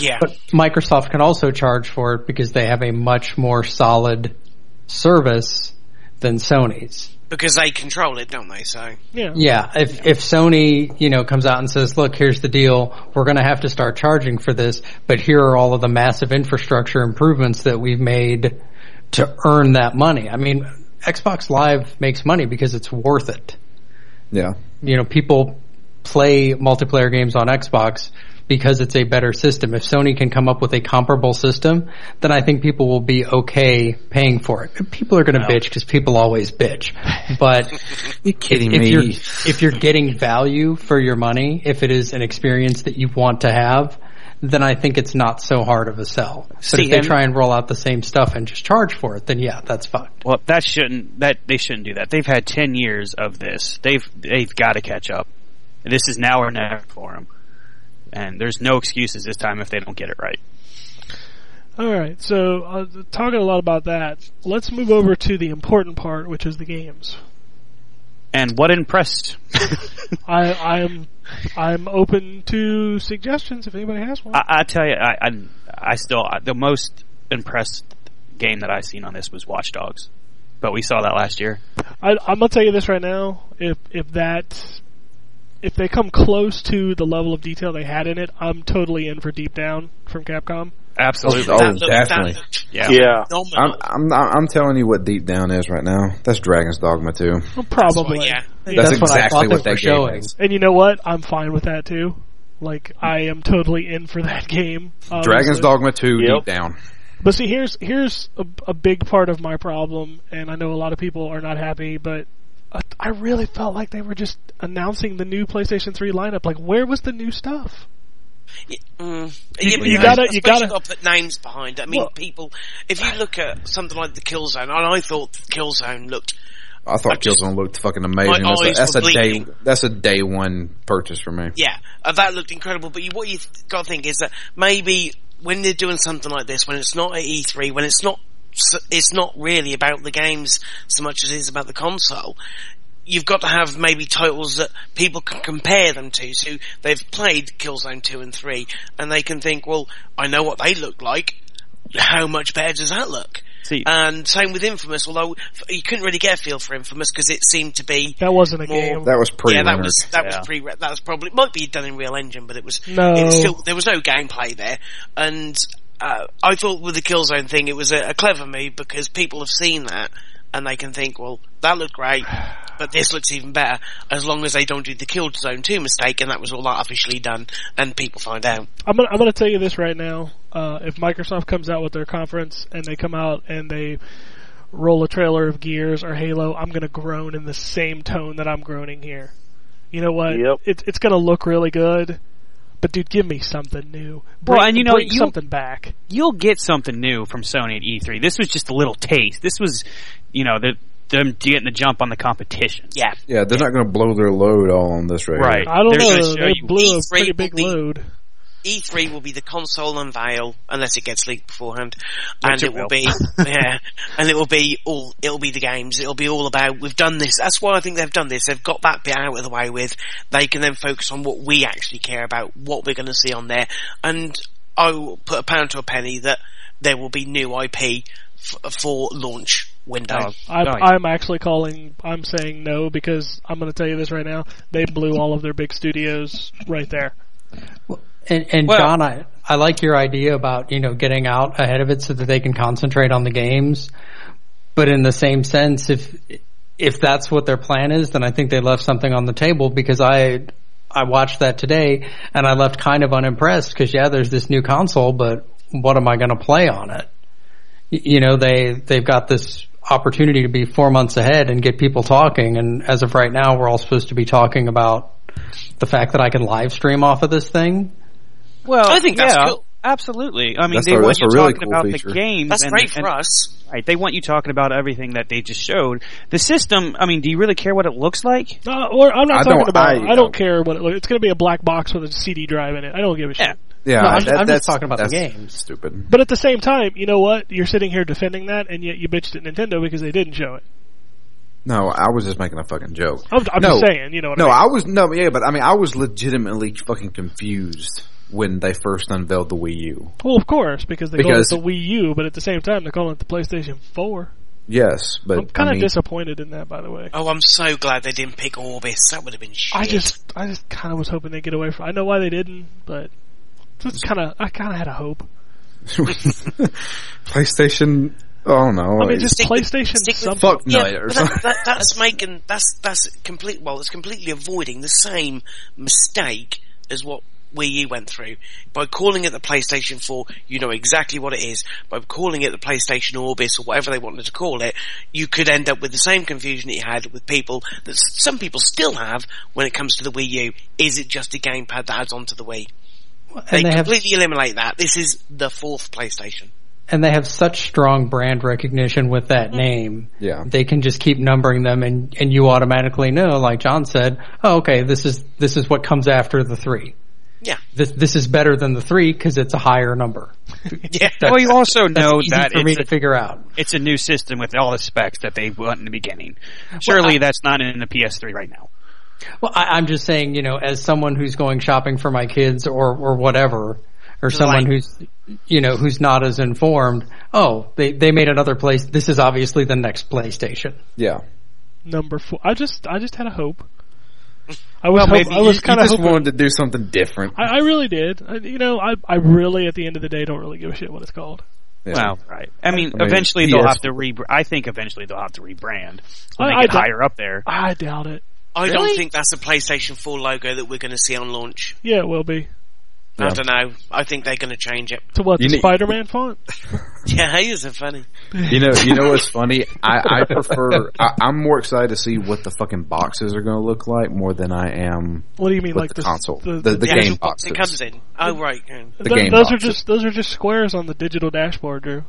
Speaker 2: Yeah.
Speaker 6: But Microsoft can also charge for it because they have a much more solid service than Sony's.
Speaker 2: Because they control it, don't they? So
Speaker 1: Yeah.
Speaker 6: Yeah, if if Sony, you know, comes out and says, "Look, here's the deal. We're going to have to start charging for this, but here are all of the massive infrastructure improvements that we've made to earn that money." I mean, Xbox Live makes money because it's worth it.
Speaker 4: Yeah.
Speaker 6: You know, people play multiplayer games on Xbox because it's a better system. If Sony can come up with a comparable system, then I think people will be okay paying for it. People are going to 'cause bitch because people always bitch, but
Speaker 4: You kidding
Speaker 6: if
Speaker 4: me?
Speaker 6: you're if you're getting value for your money, if it is an experience that you want to have, then I think it's not so hard of a sell. But
Speaker 5: See,
Speaker 6: if they
Speaker 5: and-
Speaker 6: try and roll out the same stuff and just charge for it, then yeah, that's fucked.
Speaker 5: Well, that shouldn't that they shouldn't do that. They've had ten years of this. They've they've got to catch up. This is now or never for them, and there's no excuses this time if they don't get it right.
Speaker 1: All right. So uh, talking a lot about that, let's move over to the important part, which is the games.
Speaker 5: And what impressed?
Speaker 1: I I'm I'm open to suggestions if anybody has one.
Speaker 5: I, I tell you, I, I I still the most impressed game that I seen on this was Watch Dogs, but we saw that last year.
Speaker 1: I, I'm gonna tell you this right now. If if that if they come close to the level of detail they had in it, I'm totally in for Deep Down from Capcom.
Speaker 5: Absolutely,
Speaker 4: Oh,
Speaker 2: that looked,
Speaker 4: definitely.
Speaker 2: That looked
Speaker 5: yeah.
Speaker 3: Yeah.
Speaker 4: I'm,
Speaker 2: phenomenal.
Speaker 4: I'm I'm telling you what deep down is right now. That's Dragon's Dogma too.
Speaker 1: Well, probably.
Speaker 2: Well, yeah.
Speaker 4: That's,
Speaker 6: That's what I
Speaker 4: exactly
Speaker 6: thought they
Speaker 4: what that game
Speaker 6: were showing.
Speaker 4: is.
Speaker 1: And you know what? I'm fine with that too. Like I am totally in for that game. obviously.
Speaker 4: Dragon's Dogma 2
Speaker 3: Yep.
Speaker 4: deep down.
Speaker 1: But see, here's here's a, a big part of my problem, and I know a lot of people are not happy, but I, I really felt like they were just announcing the new PlayStation 3 lineup. Like, where was the new stuff?
Speaker 2: Mm.
Speaker 1: You-
Speaker 2: Yeah, but
Speaker 1: you
Speaker 2: I
Speaker 1: gotta-
Speaker 2: suppose
Speaker 1: you gotta-
Speaker 2: gotta put names behind. it. I mean,
Speaker 1: Well-
Speaker 2: people. If you look at something like the Killzone, and I thought Killzone looked
Speaker 4: I thought
Speaker 2: I just-
Speaker 4: Killzone looked fucking amazing.
Speaker 2: My eyes
Speaker 4: That's a, that's
Speaker 2: were
Speaker 4: a day.
Speaker 2: bleeding.
Speaker 4: That's a day one purchase for me.
Speaker 2: yeah, uh, that looked incredible. But you, what you've got to think is that maybe when they're doing something like this, when it's not at E3, when it's not, s- it's not really about the games so much as it is about the console. You've got to have maybe titles that people can compare them to. So they've played Killzone 2 and 3 and they can think, well, I know what they look like. How much better does that look?
Speaker 5: See,
Speaker 2: And same with Infamous, although f- you couldn't really get a feel for Infamous because it seemed to be
Speaker 1: That wasn't a
Speaker 2: Well,
Speaker 1: game.
Speaker 4: That was pre
Speaker 2: yeah, that
Speaker 4: Leonard.
Speaker 2: was that
Speaker 5: Yeah.
Speaker 2: was pre that was probably might be done in Real Engine, but it was
Speaker 1: No.
Speaker 2: It was still, there was no gameplay there, and uh, I thought with the Killzone thing, it was a, a clever move because people have seen that and they can think, well, that looked great, but this looks even better. As long as they don't do the Killzone two mistake, and that was all artificially done, and people find out.
Speaker 1: I'm gonna, I'm gonna tell you this right now. Uh, if Microsoft comes out with their conference and they come out and they roll a trailer of Gears or Halo, I'm gonna groan in the same tone that I'm groaning here. You know what?
Speaker 3: Yep.
Speaker 1: It's it's gonna look really good, but dude, give me something new. Bring,
Speaker 5: Well, and you know,
Speaker 1: bring
Speaker 5: you-
Speaker 1: something back.
Speaker 5: E you'll get something new from Sony at E3. This was just a little taste. This was, you know, the them getting the jump on the competition.
Speaker 2: Yeah.
Speaker 4: Yeah, they're not going to blow their load all on this right. here.
Speaker 5: Right.
Speaker 1: I don't
Speaker 5: They're gonna
Speaker 1: know.
Speaker 5: show
Speaker 1: They
Speaker 5: you
Speaker 1: blew a
Speaker 2: E3
Speaker 1: pretty big
Speaker 2: will be-
Speaker 1: load.
Speaker 2: E3 E will be the console unveil, unless it gets leaked beforehand, and
Speaker 5: it
Speaker 2: it will,
Speaker 5: will.
Speaker 2: be yeah, and it will be all it'll be the games. It'll be all about we've done this. That's why I think they've done this. They've got that bit out of the way with. They can then focus on what we actually care about, what we're going to see on there, and I will put a pound to a penny that there will be new IP f- for launch window.
Speaker 5: Oh,
Speaker 1: I,
Speaker 5: oh, yeah.
Speaker 1: I'm actually calling. I'm saying no because I'm going to tell you this right now. They blew all of their big studios right there.
Speaker 6: And, and
Speaker 5: Well-
Speaker 6: John, I, I like your idea about, you know, getting out ahead of it so that they can concentrate on the games. But in the same sense, if, if that's what their plan is, then I think they left something on the table because I, I watched that today and I left kind of unimpressed because yeah, there's this new console, but what am I going to play on it? Y- You know, they, they've got this opportunity to be four months ahead and get people talking. And as of right now, we're all supposed to be talking about the fact that I can live stream off of this thing.
Speaker 5: Well,
Speaker 2: I think that's
Speaker 5: yeah,
Speaker 2: cool.
Speaker 5: Absolutely. I mean,
Speaker 4: That's
Speaker 5: they
Speaker 4: a-
Speaker 5: want
Speaker 4: that's
Speaker 5: you
Speaker 4: a really
Speaker 5: talking
Speaker 4: cool
Speaker 5: about
Speaker 4: feature.
Speaker 5: the games.
Speaker 2: That's
Speaker 5: and,
Speaker 2: great for
Speaker 5: and-
Speaker 2: us.
Speaker 5: Right, they want you talking about everything that they just showed. The system. I mean, do you really care what it looks like?
Speaker 1: No, or I'm not
Speaker 4: I
Speaker 1: talking
Speaker 4: don't-
Speaker 1: about.
Speaker 4: I-
Speaker 1: I, don't care what it looks. It's going to be a black box with a CD drive in it. I don't give a shit.
Speaker 5: Yeah.
Speaker 4: Yeah,
Speaker 6: No, I'm- I'm just
Speaker 4: that's-
Speaker 6: talking about the
Speaker 4: that's
Speaker 6: games.
Speaker 4: Stupid.
Speaker 1: But at the same time, you know what? You're sitting here defending that, and yet you bitched at Nintendo because they didn't show it.
Speaker 4: No, I was just making a fucking joke.
Speaker 1: I'm, I'm
Speaker 4: No.
Speaker 1: just saying. You know what
Speaker 4: No,
Speaker 1: I mean?
Speaker 4: I was no, yeah, but I mean, I was legitimately fucking confused when they first unveiled the Wii U.
Speaker 1: Well, of course, because they
Speaker 4: Because-
Speaker 1: call it the Wii U, but at the same time, they call it the PlayStation 4.
Speaker 4: Yes, but
Speaker 1: I'm kind
Speaker 4: I
Speaker 1: of
Speaker 4: mean,
Speaker 1: disappointed in that, by the way.
Speaker 2: Oh, I'm so glad they didn't pick Orbis. That would have been shit.
Speaker 1: I just, I just kind of was hoping they would get away from. I know why they didn't, but just kind of, I kind of had a hope.
Speaker 4: PlayStation. Oh no!
Speaker 1: I mean, just
Speaker 2: Stick with-
Speaker 1: PlayStation
Speaker 2: stick with-
Speaker 1: something.
Speaker 4: fuck night
Speaker 2: but
Speaker 4: or
Speaker 2: that,
Speaker 4: something.
Speaker 2: that, that's making that's that's complete. Well, it's completely avoiding the same mistake as what Wii U went through by calling it the PlayStation 4. You know exactly what it is. By calling it the PlayStation Orbis or whatever they wanted to call it, you could end up with the same confusion that you had with people that s- some people still have when it comes to the Wii U. Is it just a gamepad that adds onto the Wii? They,
Speaker 6: And they have
Speaker 2: completely eliminate that. This is the fourth PlayStation.
Speaker 6: and they have such strong brand recognition with that
Speaker 5: Mm-hmm.
Speaker 6: name.
Speaker 4: Yeah.
Speaker 6: They can just keep numbering them and, and you automatically know, like John said, oh, okay, this is, this is what comes after the three.
Speaker 2: Yeah,
Speaker 6: This, this is better than the three because it's a higher number.
Speaker 2: yeah.
Speaker 5: well, you also
Speaker 6: That's
Speaker 5: know
Speaker 6: easy
Speaker 5: that
Speaker 6: for me
Speaker 5: it's
Speaker 6: to
Speaker 5: a,
Speaker 6: figure out.
Speaker 5: it's a new system with all the specs that they want in the beginning. Surely that's not in the PS3 right now.
Speaker 6: Well, I, I'm just saying, you know, as someone who's going shopping for my kids or, or whatever, or someone
Speaker 2: Like-
Speaker 6: who's, you know, who's not as informed, oh, they, they made another place. This is obviously the next PlayStation.
Speaker 4: yeah,
Speaker 1: number four. I just, I just had a hope. I was, hope,
Speaker 4: maybe
Speaker 1: I was
Speaker 4: you-
Speaker 1: kind
Speaker 4: you
Speaker 1: of
Speaker 4: just
Speaker 1: hoping.
Speaker 4: wanted to do something different.
Speaker 1: I, I really did. I, you know, I, I really, at the end of the day, don't really give a shit what it's called.
Speaker 4: Yeah.
Speaker 5: Well, right. I mean,
Speaker 4: I mean,
Speaker 5: eventually they'll
Speaker 4: PS4.
Speaker 5: have to re. I think eventually they'll have to rebrand when
Speaker 1: I-
Speaker 5: they
Speaker 1: I
Speaker 5: get
Speaker 1: don't-
Speaker 5: higher up there.
Speaker 1: I doubt it.
Speaker 2: I don't think that's the PlayStation 4 logo that we're going to see on launch.
Speaker 1: Yeah, it will be.
Speaker 2: I don't know. I think they're going to change it.
Speaker 1: To what?
Speaker 4: You
Speaker 1: the
Speaker 4: need-
Speaker 1: Spider-Man font?
Speaker 2: Yeah, he is a funny.
Speaker 4: You know, you know what's funny? I, I prefer. I, I'm more excited to see what the fucking boxes are going to look like more than I am
Speaker 1: What do you mean,
Speaker 4: with
Speaker 1: like
Speaker 4: the
Speaker 1: this-
Speaker 4: console, the, the,
Speaker 2: Yeah,
Speaker 4: game
Speaker 2: it comes-
Speaker 4: boxes.
Speaker 2: It comes in. Oh right. yeah.
Speaker 4: the
Speaker 1: Th-
Speaker 4: game
Speaker 1: those
Speaker 4: boxes.
Speaker 1: are just those are just squares on the digital dashboard, Drew.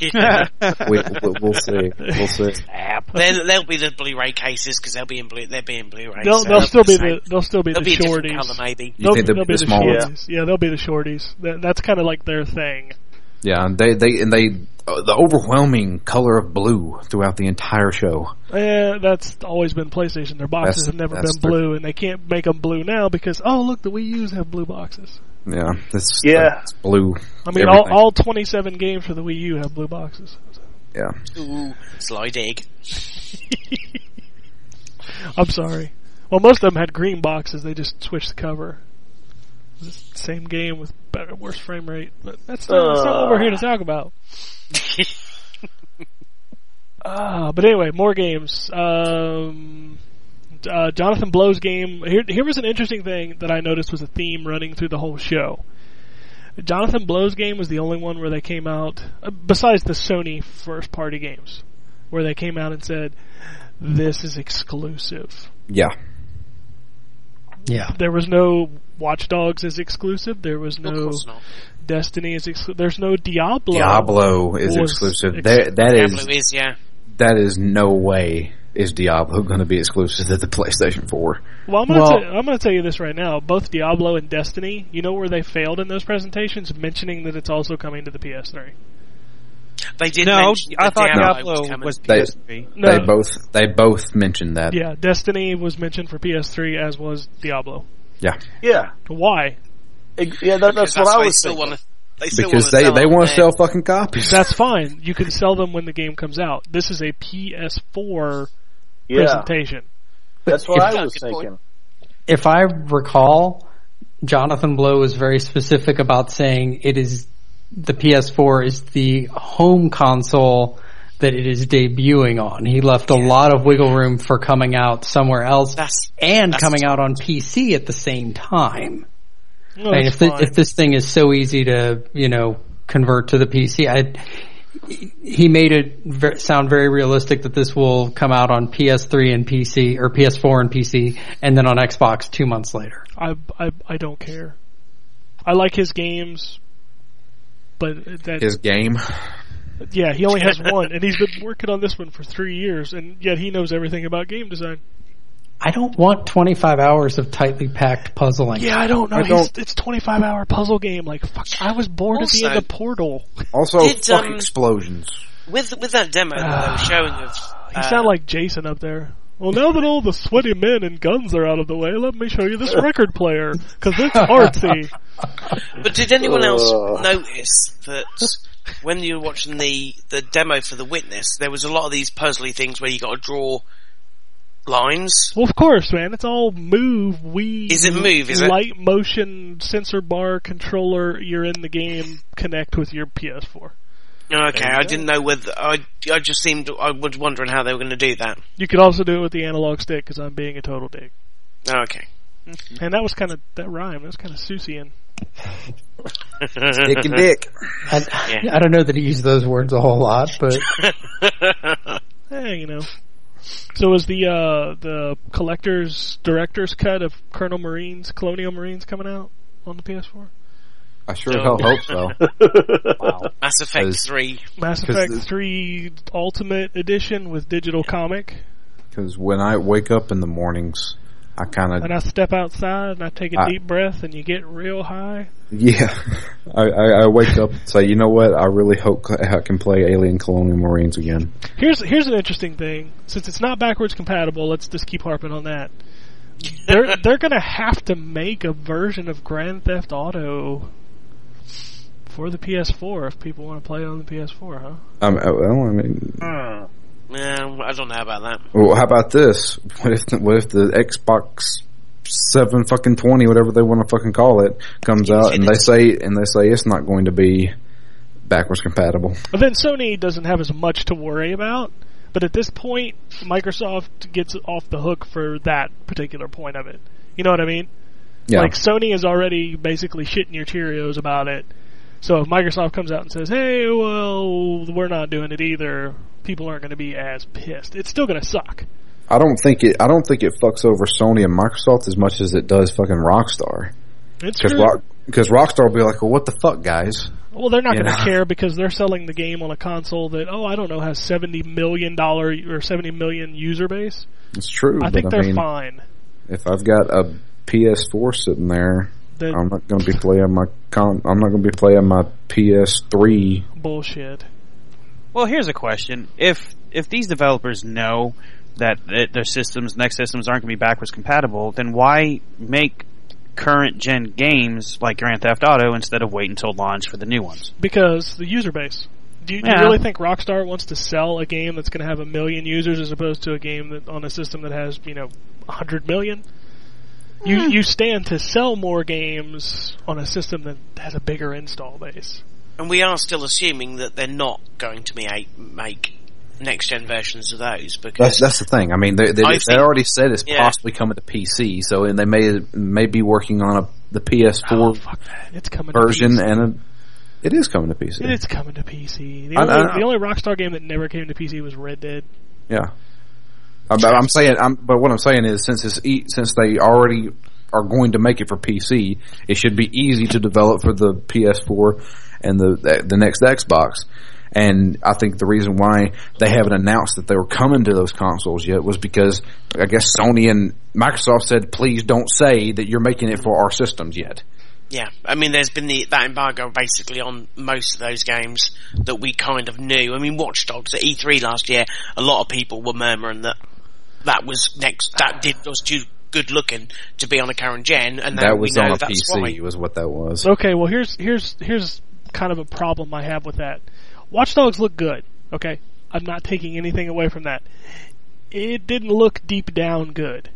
Speaker 2: Yeah.
Speaker 4: we, we, we'll see. We'll see.
Speaker 5: App.
Speaker 2: Then they'll be the Blu-ray cases because they'll be in blue. They'll be in Blu-ray.
Speaker 1: They'll,
Speaker 2: so
Speaker 1: they'll still be
Speaker 2: same.
Speaker 1: the they'll still be
Speaker 2: They'll
Speaker 1: the
Speaker 2: be a different
Speaker 1: shorties.
Speaker 2: color maybe.
Speaker 4: You
Speaker 1: They'll,
Speaker 4: think they'll be
Speaker 1: they'll be
Speaker 4: the
Speaker 1: the
Speaker 4: small ones?
Speaker 1: shorties. Yeah, they'll be the shorties. That, that's kind of like their thing.
Speaker 4: Yeah, and they they and they uh, the overwhelming color of blue throughout the entire show.
Speaker 1: Eh, that's always been PlayStation. Their boxes
Speaker 4: That's-
Speaker 1: have never
Speaker 4: that's
Speaker 1: been
Speaker 4: their-
Speaker 1: blue, and they can't make them blue now because oh look, the Wii U's have blue boxes.
Speaker 4: Yeah, it's
Speaker 3: Yeah.
Speaker 4: it's blue.
Speaker 1: I mean, all,
Speaker 4: Everything.
Speaker 1: all 27 games for the Wii U have blue boxes.
Speaker 4: Yeah,
Speaker 2: Ooh, slide egg.
Speaker 1: I'm sorry. Well, most of them had green boxes. They just switched the cover. It's the Same game with better, worse frame rate, but that's not, that's not what we're here to talk about. Ah, but anyway, more games. Um, uh, Jonathan Blow's game. Here, here was an interesting thing that I noticed was a theme running through the whole show. Jonathan Blow's game was the only one where they came out, uh, besides the Sony first party games, where they came out and said, "This is exclusive."
Speaker 4: yeah.
Speaker 6: Yeah.
Speaker 1: There was no Watch Dogs is exclusive. There was
Speaker 2: Of
Speaker 1: no
Speaker 2: course not.
Speaker 1: Destiny is exclusive. There's no Diablo.
Speaker 4: Diablo is
Speaker 1: was
Speaker 4: exclusive.
Speaker 1: ex-
Speaker 4: There, that
Speaker 2: Diablo
Speaker 4: is
Speaker 2: is yeah.
Speaker 4: that is no way is Diablo going to be exclusive to the PlayStation 4.
Speaker 1: Well, I'm gonna
Speaker 6: Well-
Speaker 1: tell, I'm gonna tell you this right now. Both Diablo and Destiny, you know where they failed in those presentations, mentioning that it's also coming to the PS3.
Speaker 2: They did
Speaker 5: No,
Speaker 2: mention
Speaker 5: I
Speaker 2: that
Speaker 5: thought
Speaker 2: Diablo
Speaker 5: Diablo
Speaker 2: coming.
Speaker 5: was
Speaker 4: They-
Speaker 5: PS3.
Speaker 1: No,
Speaker 4: They both they both mentioned that.
Speaker 1: yeah, Destiny was mentioned for PS3 as was Diablo.
Speaker 4: Yeah.
Speaker 3: Yeah,
Speaker 1: Why?
Speaker 3: It- yeah, that, that's
Speaker 2: Because
Speaker 3: what I
Speaker 2: why
Speaker 3: was
Speaker 2: still
Speaker 3: thinking.
Speaker 2: want to. They still
Speaker 4: Because
Speaker 2: wanna
Speaker 4: they,
Speaker 2: sell
Speaker 4: they
Speaker 2: it
Speaker 4: want to
Speaker 2: there.
Speaker 4: sell fucking copies.
Speaker 1: That's fine. You can sell them when the game comes out. This is a PS4
Speaker 3: yeah,
Speaker 1: presentation.
Speaker 3: that's what I was
Speaker 2: Good point.
Speaker 3: thinking.
Speaker 6: if I recall, Jonathan Blow was very specific about saying it is the PS4 is the home console that it is debuting on. He left a lot of wiggle room for coming out somewhere else
Speaker 2: That's-
Speaker 6: and
Speaker 2: that's-
Speaker 6: coming out on PC at the same time.
Speaker 1: No,
Speaker 6: I mean,
Speaker 1: it's
Speaker 6: if, thi-
Speaker 1: fine.
Speaker 6: if this thing is so easy to, you know, convert to the PC, I, he made it ver- sound very realistic that this will come out on PS3 and PC or PS4 and PC and then on Xbox two months later.
Speaker 1: I, I I don't care. I like his games, but that
Speaker 4: His game.
Speaker 1: yeah, he only has one, and he's been working on this one for three years, and yet he knows everything about game design.
Speaker 6: I don't want 25 hours of tightly packed puzzling.
Speaker 1: Yeah, I don't know.
Speaker 4: I
Speaker 1: He's-
Speaker 4: don't-
Speaker 1: It's twenty five hour puzzle game. Like fuck, I was bored at the end
Speaker 2: Also-
Speaker 1: of Portal.
Speaker 4: Also,
Speaker 2: Did,
Speaker 4: fuck
Speaker 2: um,
Speaker 4: explosions.
Speaker 2: with with that demo that they were showing of.
Speaker 1: He
Speaker 2: uh,
Speaker 1: sound like Jason up there. Well, now that all the sweaty men and guns are out of the way, let me show you this record player because it's artsy.
Speaker 2: But did anyone else
Speaker 3: Ugh.
Speaker 2: notice that when you were watching the, the demo for The Witness, there was a lot of these puzzly things where you got to draw lines?
Speaker 1: Well, of course, man. It's all move, we
Speaker 2: Is it move, is it?
Speaker 1: light motion sensor bar controller. You're in the game. Connect with your PS4.
Speaker 2: Okay, I didn't know whether I I just seemed I was wondering how they were going to do that.
Speaker 1: You could also do it with the analog stick because I'm being a total dick.
Speaker 2: Okay,
Speaker 1: And that was kind of that rhyme. That was kind of Susian.
Speaker 4: Dick and dick.
Speaker 6: I, I don't know that he used those words a whole lot, but
Speaker 1: Eh, you know. So was the uh, the collector's director's cut of Colonel Marines, Colonial Marines coming out on the PS4?
Speaker 4: I sure as hell hope so.
Speaker 2: Mass Effect
Speaker 4: As-
Speaker 2: Three.
Speaker 1: Mass
Speaker 4: 'Cause
Speaker 1: Effect
Speaker 4: the-
Speaker 1: 3 Ultimate Edition with digital comic.
Speaker 4: Because when I wake up in the mornings, I kind
Speaker 1: And
Speaker 4: of
Speaker 1: I step outside and I take a
Speaker 4: I-
Speaker 1: deep breath and you get real high.
Speaker 4: yeah, I, I, I wake up and say, you know what? I really hope I can play Alien Colonial Marines again.
Speaker 1: Here's here's an interesting thing. Since it's not backwards compatible, let's just keep harping on that. They're they're gonna have to make a version of Grand Theft Auto for the PS4 if people want to play it on the PS4, huh?
Speaker 4: Um, uh, well, I mean,
Speaker 5: Hmm.
Speaker 2: Um, I don't know about that.
Speaker 4: well, how about this? What if what if the Xbox Seven fucking twenty, whatever they want to fucking call it, comes out and they say and they say it's not going to be backwards compatible.
Speaker 1: But then Sony doesn't have as much to worry about. But at this point, Microsoft gets off the hook for that particular point of it. You know what I mean?
Speaker 4: Yeah,
Speaker 1: Like Sony is already basically shitting your Cheerios about it. So if Microsoft comes out and says, "Hey, well, we're not doing it either," people aren't going to be as pissed. It's still going to suck.
Speaker 4: I don't think it. I don't think it fucks over Sony and Microsoft as much as it does fucking Rockstar.
Speaker 1: It's
Speaker 4: Because
Speaker 1: true.
Speaker 4: Rock, because Rockstar will be like, well, what the fuck, guys?
Speaker 1: well, they're not
Speaker 4: you
Speaker 1: going to
Speaker 4: know.
Speaker 1: care because they're selling the game on a console that oh, I don't know, has seventy million dollar or seventy million user base.
Speaker 4: It's true.
Speaker 1: I think
Speaker 4: but
Speaker 1: they're
Speaker 4: I mean,
Speaker 1: fine.
Speaker 4: if I've got a PS4 sitting there,
Speaker 1: That
Speaker 4: I'm not going to be playing my con. I'm not going to be playing my PS3.
Speaker 1: bullshit.
Speaker 5: Well, here's a question: if if these developers know that th- their systems, next systems, aren't going to be backwards compatible, then why make current gen games like Grand Theft Auto instead of wait until launch for the new ones?
Speaker 1: because the user base. Do you, do you
Speaker 5: Yeah.
Speaker 1: really think Rockstar wants to sell a game that's going to have a million users as opposed to a game that on a system that has you know a hundred million? You you stand to sell more games on a system that has a bigger install base.
Speaker 2: And we are still assuming that they're not going to be a- make next gen versions of those
Speaker 4: That's
Speaker 2: because
Speaker 4: that's the thing. I mean, they they,
Speaker 2: I
Speaker 4: they
Speaker 2: think-
Speaker 4: already said it's
Speaker 2: yeah.
Speaker 4: possibly coming to PC, so and they may may be working on a the
Speaker 1: Oh
Speaker 4: PS4
Speaker 1: fuck that! It's coming
Speaker 4: version,
Speaker 1: To PC.
Speaker 4: and a, it is coming to PC.
Speaker 1: It's coming to PC. The
Speaker 4: I-
Speaker 1: only,
Speaker 4: I-
Speaker 1: the only Rockstar game that never came to PC was Red Dead.
Speaker 4: Yeah, Uh, but I'm saying, I'm, but what I'm saying is, since it's e- since they already are going to make it for PC, it should be easy to develop for the PS4 and the the next Xbox. And I think the reason why they haven't announced that they were coming to those consoles yet was because I guess Sony and Microsoft said, please don't say that you're making it for our systems yet.
Speaker 2: Yeah, I mean, there's been the, that embargo basically on most of those games that we kind of knew. I mean, Watch Dogs at E3 last year, a lot of people were murmuring that that was next, that did was too good looking to be on a current gen, and now
Speaker 4: that was
Speaker 2: we know
Speaker 4: on a
Speaker 2: that's
Speaker 4: PC,
Speaker 2: why.
Speaker 4: was what that was.
Speaker 1: Okay, well here's here's here's kind of a problem I have with that. Watch Dogs look good. Okay, I'm not taking anything away from that. It didn't look deep down good.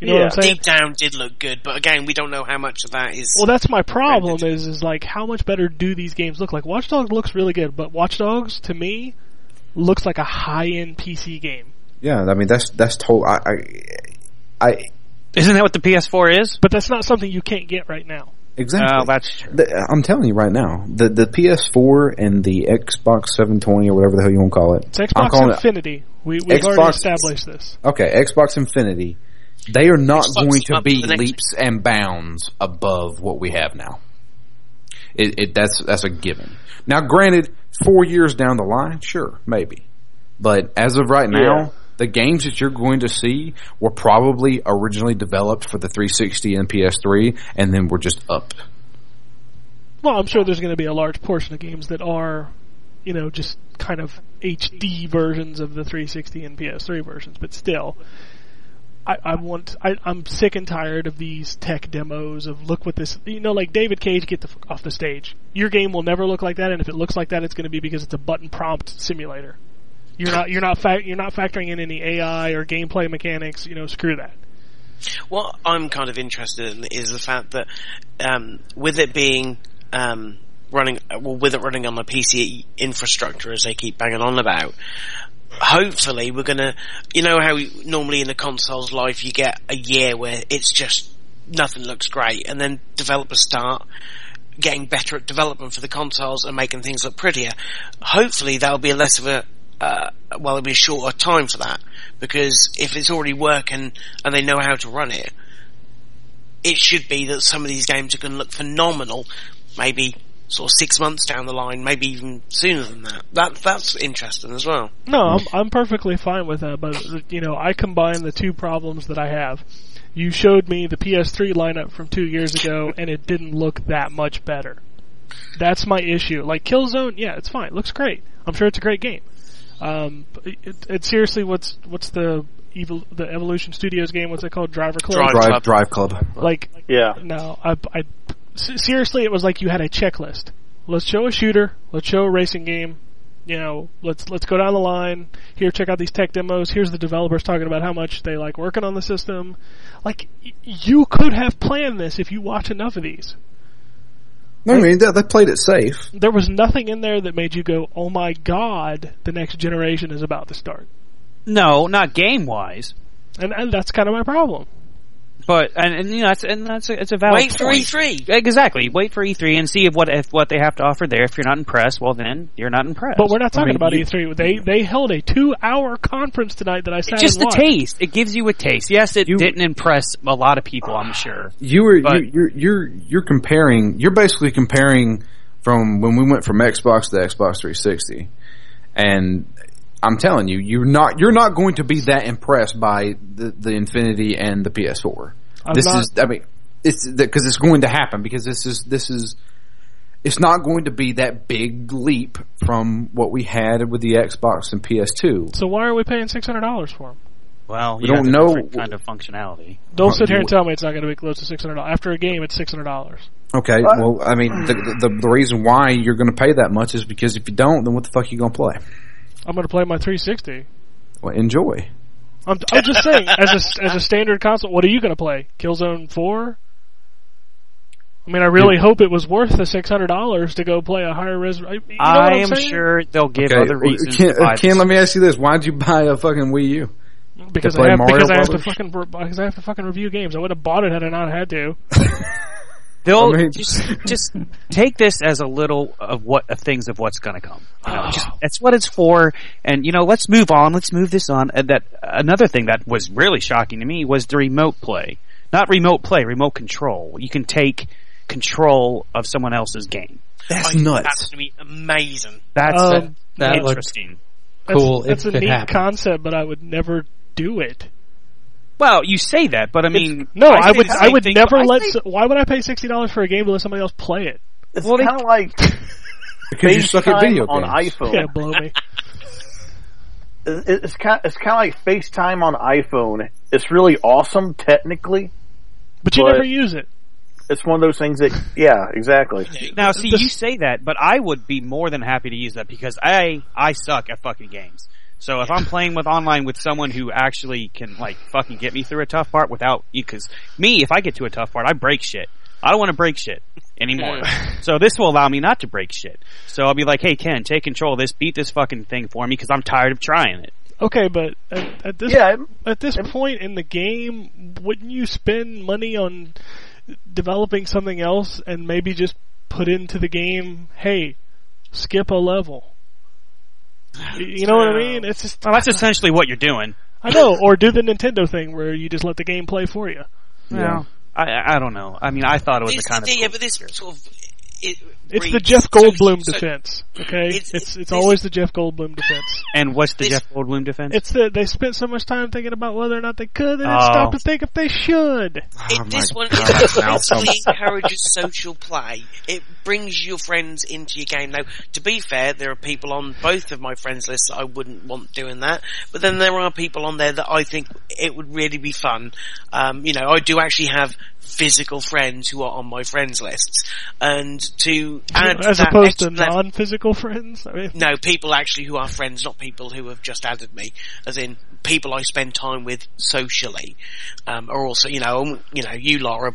Speaker 1: You know
Speaker 5: Yeah.
Speaker 1: what I'm saying?
Speaker 2: Deep down, did look good, but again, we don't know how much of that is.
Speaker 1: Well, that's my problem. Is is like how much better do these games look like? Watch Dogs looks really good, but Watch Dogs to me looks like a high end PC game.
Speaker 4: Yeah, I mean that's that's total. I, I, I
Speaker 5: Isn't that what the PS4 is?
Speaker 1: But that's not something you can't get right now.
Speaker 4: exactly.
Speaker 5: Oh, that's true.
Speaker 4: The- I'm telling you right now, the the PS4 and the Xbox 720 or whatever the hell you want to call it.
Speaker 1: It's
Speaker 4: I'm
Speaker 1: Xbox
Speaker 4: calling it-
Speaker 1: Infinity. We we've already
Speaker 4: Xbox-
Speaker 1: established this.
Speaker 4: okay, Xbox Infinity. They are not
Speaker 2: Xbox
Speaker 4: going
Speaker 2: is
Speaker 4: to
Speaker 2: up
Speaker 4: be
Speaker 2: for the next-
Speaker 4: leaps and bounds above what we have now. It, it that's that's a given. Now, granted, four years down the line, sure, maybe, but as of right now. The games that you're going to see were probably originally developed for the 360 and PS3, and then were just up.
Speaker 1: Well, I'm sure there's going to be a large portion of games that are, you know, just kind of HD versions of the 360 and PS3 versions, but still. I, I want. I, I'm sick and tired of these tech demos of look what this. You know, like David Cage, get the fuck off the stage. Your game will never look like that, and if it looks like that, it's going to be because it's a button prompt simulator. You're not. You're not. Fa- you're not factoring in any AI or gameplay mechanics. You know, screw that.
Speaker 2: What I'm kind of interested in is the fact that um, with it being um, running, well, with it running on the PC infrastructure as they keep banging on about, hopefully we're gonna, you know, how you- normally in the console's life you get a year where it's just nothing looks great, and then developers start getting better at development for the consoles and making things look prettier. Hopefully that'll be less of a uh, well, it'll be a shorter time for that because if it's already working and they know how to run it, it should be that some of these games are going to look phenomenal, maybe sort of six months down the line, maybe even sooner than that. That that's interesting as well.
Speaker 1: No, I'm I'm perfectly fine with that, but you know, I combine the two problems that I have. You showed me the PS3 lineup from 2 years ago and it didn't look that much better. That's my issue. Like Killzone, yeah, it's fine. Looks great. I'm sure it's a great game. Um but it, it, it's seriously what's what's the evil the Evolution Studios game what's it called Driver Club?
Speaker 2: Drive.
Speaker 4: Drive,
Speaker 2: Club.
Speaker 4: Drive Club.
Speaker 1: Like
Speaker 3: Yeah.
Speaker 1: no, I, I s- seriously, it was like you had a checklist. Let's show a shooter. Let's show a racing game. You know, let's let's go down the line. Here, check out these tech demos. Here's the developers talking about how much they like working on the system. Like y- you could have planned this if you watch enough of these.
Speaker 4: No, I mean they, they played it safe.
Speaker 1: There was nothing in there that made you go, "Oh my god, the next generation is about to start."
Speaker 5: No, not game wise,
Speaker 1: And and that's kind of my problem.
Speaker 5: but and, and you know that's and that's a, it's a valid
Speaker 2: Wait for E
Speaker 5: point.
Speaker 2: E3.
Speaker 5: Exactly. Wait for E3 and see if what if what they have to offer there. If you're not impressed, well then you're not impressed.
Speaker 1: But we're not talking
Speaker 4: mean,
Speaker 1: about
Speaker 4: you-
Speaker 1: E3. They they held a two-hour conference tonight that I sat
Speaker 5: just
Speaker 1: and
Speaker 5: the
Speaker 1: watched.
Speaker 5: taste. It gives you a taste. Yes, it didn't impress a lot of people. I'm sure.
Speaker 4: you were
Speaker 5: But-
Speaker 4: you, you're you're you're comparing you're basically comparing from when we went from Xbox to Xbox 360 and I'm telling you you're not you're not going to be that impressed by the the Infinity and the PS4
Speaker 1: I'm
Speaker 4: this
Speaker 1: not-
Speaker 4: is I mean it's because it's going to happen because this is this is it's not going to be that big leap from what we had with the Xbox and PS2
Speaker 1: So why are we paying six hundred dollars for them?
Speaker 5: Well,
Speaker 4: We
Speaker 5: you
Speaker 4: don't
Speaker 5: have a
Speaker 4: know-
Speaker 5: different kind of functionality.
Speaker 1: Don't
Speaker 4: Well,
Speaker 1: sit here
Speaker 4: you-
Speaker 1: and tell me it's not going to be close to six hundred dollars after a game. It's six hundred dollars.
Speaker 4: okay well I mean the, the the reason why you're going to pay that much is because if you don't then what the fuck you going to play
Speaker 1: I'm going to play my 360.
Speaker 4: well enjoy
Speaker 1: I'm, I'm just saying, as a as a standard console, what are you going to play? Killzone Four. I mean, I really hope it was worth the six hundred dollars to go play a higher res. You know what
Speaker 5: I
Speaker 1: I'm
Speaker 5: am
Speaker 1: saying?
Speaker 5: sure they'll give
Speaker 4: Okay,
Speaker 5: other
Speaker 4: well,
Speaker 5: reasons.
Speaker 4: Ken,
Speaker 5: to buy
Speaker 4: Ken
Speaker 5: this.
Speaker 4: let me ask you this: Why'd you buy a fucking Wii U?
Speaker 1: because
Speaker 4: play
Speaker 1: I have,
Speaker 4: Mario
Speaker 1: because I have to
Speaker 4: Brothers?
Speaker 1: fucking because I have to fucking review games. I would have bought it had I not had to.
Speaker 5: They'll
Speaker 4: I mean-
Speaker 5: just just take this as a little of what of things of what's going to come. You know, just, that's what it's for. And you know, let's move on. Let's move this on. And that another thing that was really shocking to me was the remote play. Not remote play, remote control. You can take control of someone else's game.
Speaker 4: That's
Speaker 2: I think
Speaker 4: nuts.
Speaker 2: That's going to be amazing.
Speaker 5: That's
Speaker 1: Um,
Speaker 6: That looks
Speaker 5: interesting.
Speaker 6: cool
Speaker 1: That's,
Speaker 6: if
Speaker 1: that's a
Speaker 6: it
Speaker 1: neat
Speaker 6: happens.
Speaker 1: concept, but I would never do it.
Speaker 5: well, you say that, but I mean,
Speaker 1: No, I,
Speaker 5: say
Speaker 1: would.
Speaker 5: the
Speaker 1: I
Speaker 5: same
Speaker 1: would
Speaker 5: thing,
Speaker 1: never
Speaker 5: but I
Speaker 1: let.
Speaker 5: think-
Speaker 1: s why would I pay sixty dollars for a game to let somebody else play it?
Speaker 3: It's
Speaker 5: Well, they-
Speaker 3: kind of like
Speaker 4: Because you suck at
Speaker 3: FaceTime
Speaker 4: video
Speaker 3: on
Speaker 4: games.
Speaker 3: iPhone.
Speaker 1: Yeah, blow me.
Speaker 3: It- it- It's kind it's kind of like FaceTime on iPhone. It's really awesome technically.
Speaker 1: But you
Speaker 3: But-
Speaker 1: never use it.
Speaker 3: It's one of those things that yeah, exactly.
Speaker 5: Now, see,
Speaker 1: This-
Speaker 5: you say that, but I would be more than happy to use that because I I suck at fucking games. So if I'm playing with online with someone who actually can like fucking get me through a tough part without because me, if I get to a tough part, I break shit. I don't want to break shit anymore. so this will allow me not to break shit. So I'll be like, hey Ken, take control of this, beat this fucking thing for me because I'm tired of trying it.
Speaker 1: Okay, but at, at this
Speaker 3: Yeah, it-
Speaker 1: at this point in the game, wouldn't you spend money on developing something else and maybe just put into the game, hey, skip a level? Y- You know what I mean? It's just
Speaker 5: Well, that's essentially what you're doing.
Speaker 1: I know, or do the Nintendo thing where you just let the game play for you.
Speaker 4: Yeah.
Speaker 5: I- I I don't know. I mean, I thought it was
Speaker 2: This-
Speaker 5: the kind of
Speaker 2: yeah, but this sort of it
Speaker 1: It's the
Speaker 2: reads
Speaker 1: Jeff
Speaker 2: so-
Speaker 1: Goldblum
Speaker 2: so-
Speaker 1: defense, okay? It's
Speaker 2: It's-
Speaker 1: it's,
Speaker 2: it's-
Speaker 1: always the Jeff Goldblum defense.
Speaker 5: and what's the
Speaker 2: this-
Speaker 5: Jeff Goldblum defense?
Speaker 1: It's that they spent so much time thinking about whether or not they could, they didn't
Speaker 5: Oh.
Speaker 1: stop to think if they should.
Speaker 2: It,
Speaker 4: Oh my
Speaker 2: this one
Speaker 4: God, Malcolm.
Speaker 2: explicitly encourages social play. It brings your friends into your game. Now, to be fair, there are people on both of my friends' lists that I wouldn't want doing that, but then there are people on there that I think it would really be fun. Um, you know, I do actually have physical friends who are on my friends' lists, and to add
Speaker 1: As
Speaker 2: that
Speaker 1: opposed to
Speaker 2: extra level-
Speaker 1: non-physical friends. I mean,
Speaker 2: no, people actually who are friends, not people who have just added me, as in people I spend time with socially, um, are also, you know, um, you know, you Laura,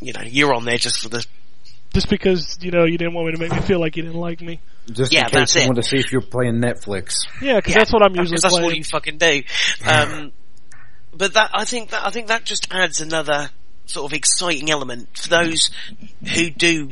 Speaker 2: you know, you're on there just for the,
Speaker 1: just because you know you didn't want me to make me feel like you didn't like me.
Speaker 4: Just
Speaker 2: Yeah,
Speaker 4: in case
Speaker 2: that's
Speaker 4: you
Speaker 2: it.
Speaker 4: want to see if you're playing Netflix.
Speaker 1: Yeah, because
Speaker 2: Yeah,
Speaker 1: that's what I'm usually
Speaker 2: because that's what
Speaker 1: playing.
Speaker 2: you fucking do. Um, but that, I think that, I think that just adds another sort of exciting element for those who do,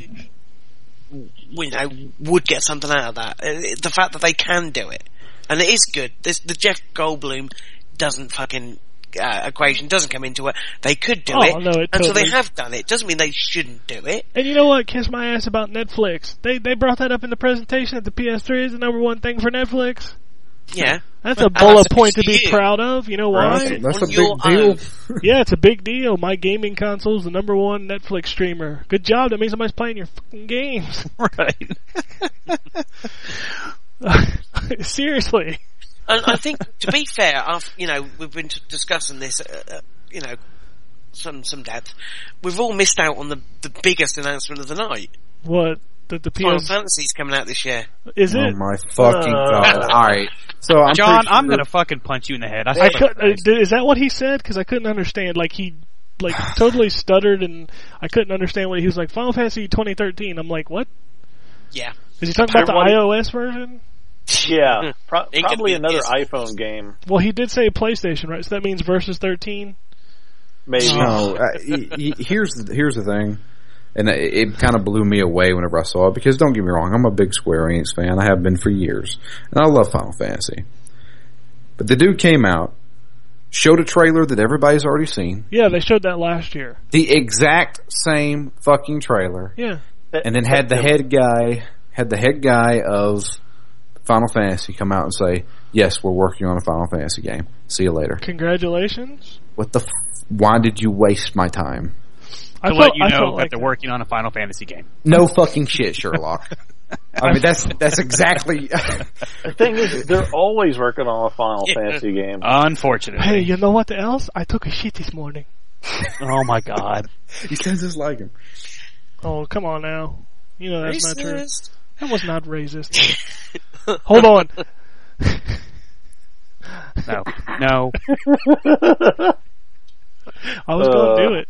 Speaker 2: you know, would get something out of that. Uh, The fact that they can do it. And it is good. This, the Jeff Goldblum doesn't fucking uh, equation doesn't come into it. They could do
Speaker 1: Oh,
Speaker 2: it,
Speaker 1: no, it
Speaker 2: and so they
Speaker 1: totally-
Speaker 2: have done it. Doesn't mean they shouldn't do it.
Speaker 1: and you know what? Kiss my ass about Netflix. They they brought that up in the presentation that the PS3 is the number one thing for Netflix.
Speaker 2: Yeah,
Speaker 1: That's a
Speaker 2: And
Speaker 1: bullet
Speaker 2: that's
Speaker 1: point to
Speaker 2: up to
Speaker 1: be
Speaker 2: you.
Speaker 1: proud of. You know
Speaker 4: That's,
Speaker 1: why?
Speaker 2: Right.
Speaker 4: that's a
Speaker 2: On
Speaker 4: big
Speaker 2: your
Speaker 4: deal.
Speaker 2: own.
Speaker 1: Yeah, it's a big deal. My gaming console's the number one Netflix streamer. Good job. That means somebody's playing your fucking games.
Speaker 5: right.
Speaker 1: Seriously.
Speaker 2: and I think to be fair, I've, you know, we've been t- discussing this, uh, uh, you know, some some depth. We've all missed out on the the biggest announcement of the night.
Speaker 1: What? The, the
Speaker 2: Final
Speaker 1: PS
Speaker 2: Fantasy's coming out this year.
Speaker 1: is
Speaker 4: Oh
Speaker 1: it?
Speaker 4: my fucking
Speaker 3: Uh,
Speaker 4: god! All right, so Oh, I'm
Speaker 5: John,
Speaker 4: pretty
Speaker 5: I'm
Speaker 4: sure-
Speaker 5: gonna fucking punch you in the head. I,
Speaker 1: I
Speaker 5: swear to
Speaker 1: could, uh,
Speaker 5: Christ.
Speaker 1: did, is that what he said? Because I couldn't understand. Like he, like totally stuttered, and I couldn't understand what he was like. Final Fantasy 2013. I'm like, what?
Speaker 2: Yeah,
Speaker 1: Is he talking about the
Speaker 3: Apparently-
Speaker 1: iOS version?
Speaker 3: Yeah, pro-
Speaker 2: It could
Speaker 3: probably
Speaker 2: be-
Speaker 3: another
Speaker 2: yes.
Speaker 3: iPhone game.
Speaker 1: Well, he did say PlayStation, right? So that means versus 13.
Speaker 3: Maybe
Speaker 4: No, I- y- y- here's the, here's the thing, and it, it kind of blew me away whenever I saw it because don't get me wrong, I'm a big Square Enix fan. I have been for years, and I love Final Fantasy. But the dude came out, showed a trailer that everybody's already seen,
Speaker 1: Yeah, they showed that last year.
Speaker 4: the exact same fucking trailer,
Speaker 1: Yeah,
Speaker 4: and then had the head guy had the head guy of Final Fantasy come out and say, "Yes, we're working on a Final Fantasy game. See you later."
Speaker 1: congratulations.
Speaker 4: What the? F- why did you waste my time?
Speaker 1: I
Speaker 5: to let you
Speaker 1: I
Speaker 5: know
Speaker 1: like
Speaker 5: that they're working on a Final Fantasy game.
Speaker 4: No fucking shit, Sherlock. I mean, that's that's exactly.
Speaker 3: The thing is, they're always working on a Final
Speaker 2: Yeah.
Speaker 3: Fantasy game.
Speaker 5: Unfortunately.
Speaker 1: Hey, you know what else? I took a shit this morning.
Speaker 5: Oh my god.
Speaker 4: he sounds just like him.
Speaker 1: Oh, come on now. You know that's not true.
Speaker 2: Racist.
Speaker 1: That was not racist. Hold on.
Speaker 5: No. No.
Speaker 1: I was
Speaker 3: Uh.
Speaker 1: going to do it.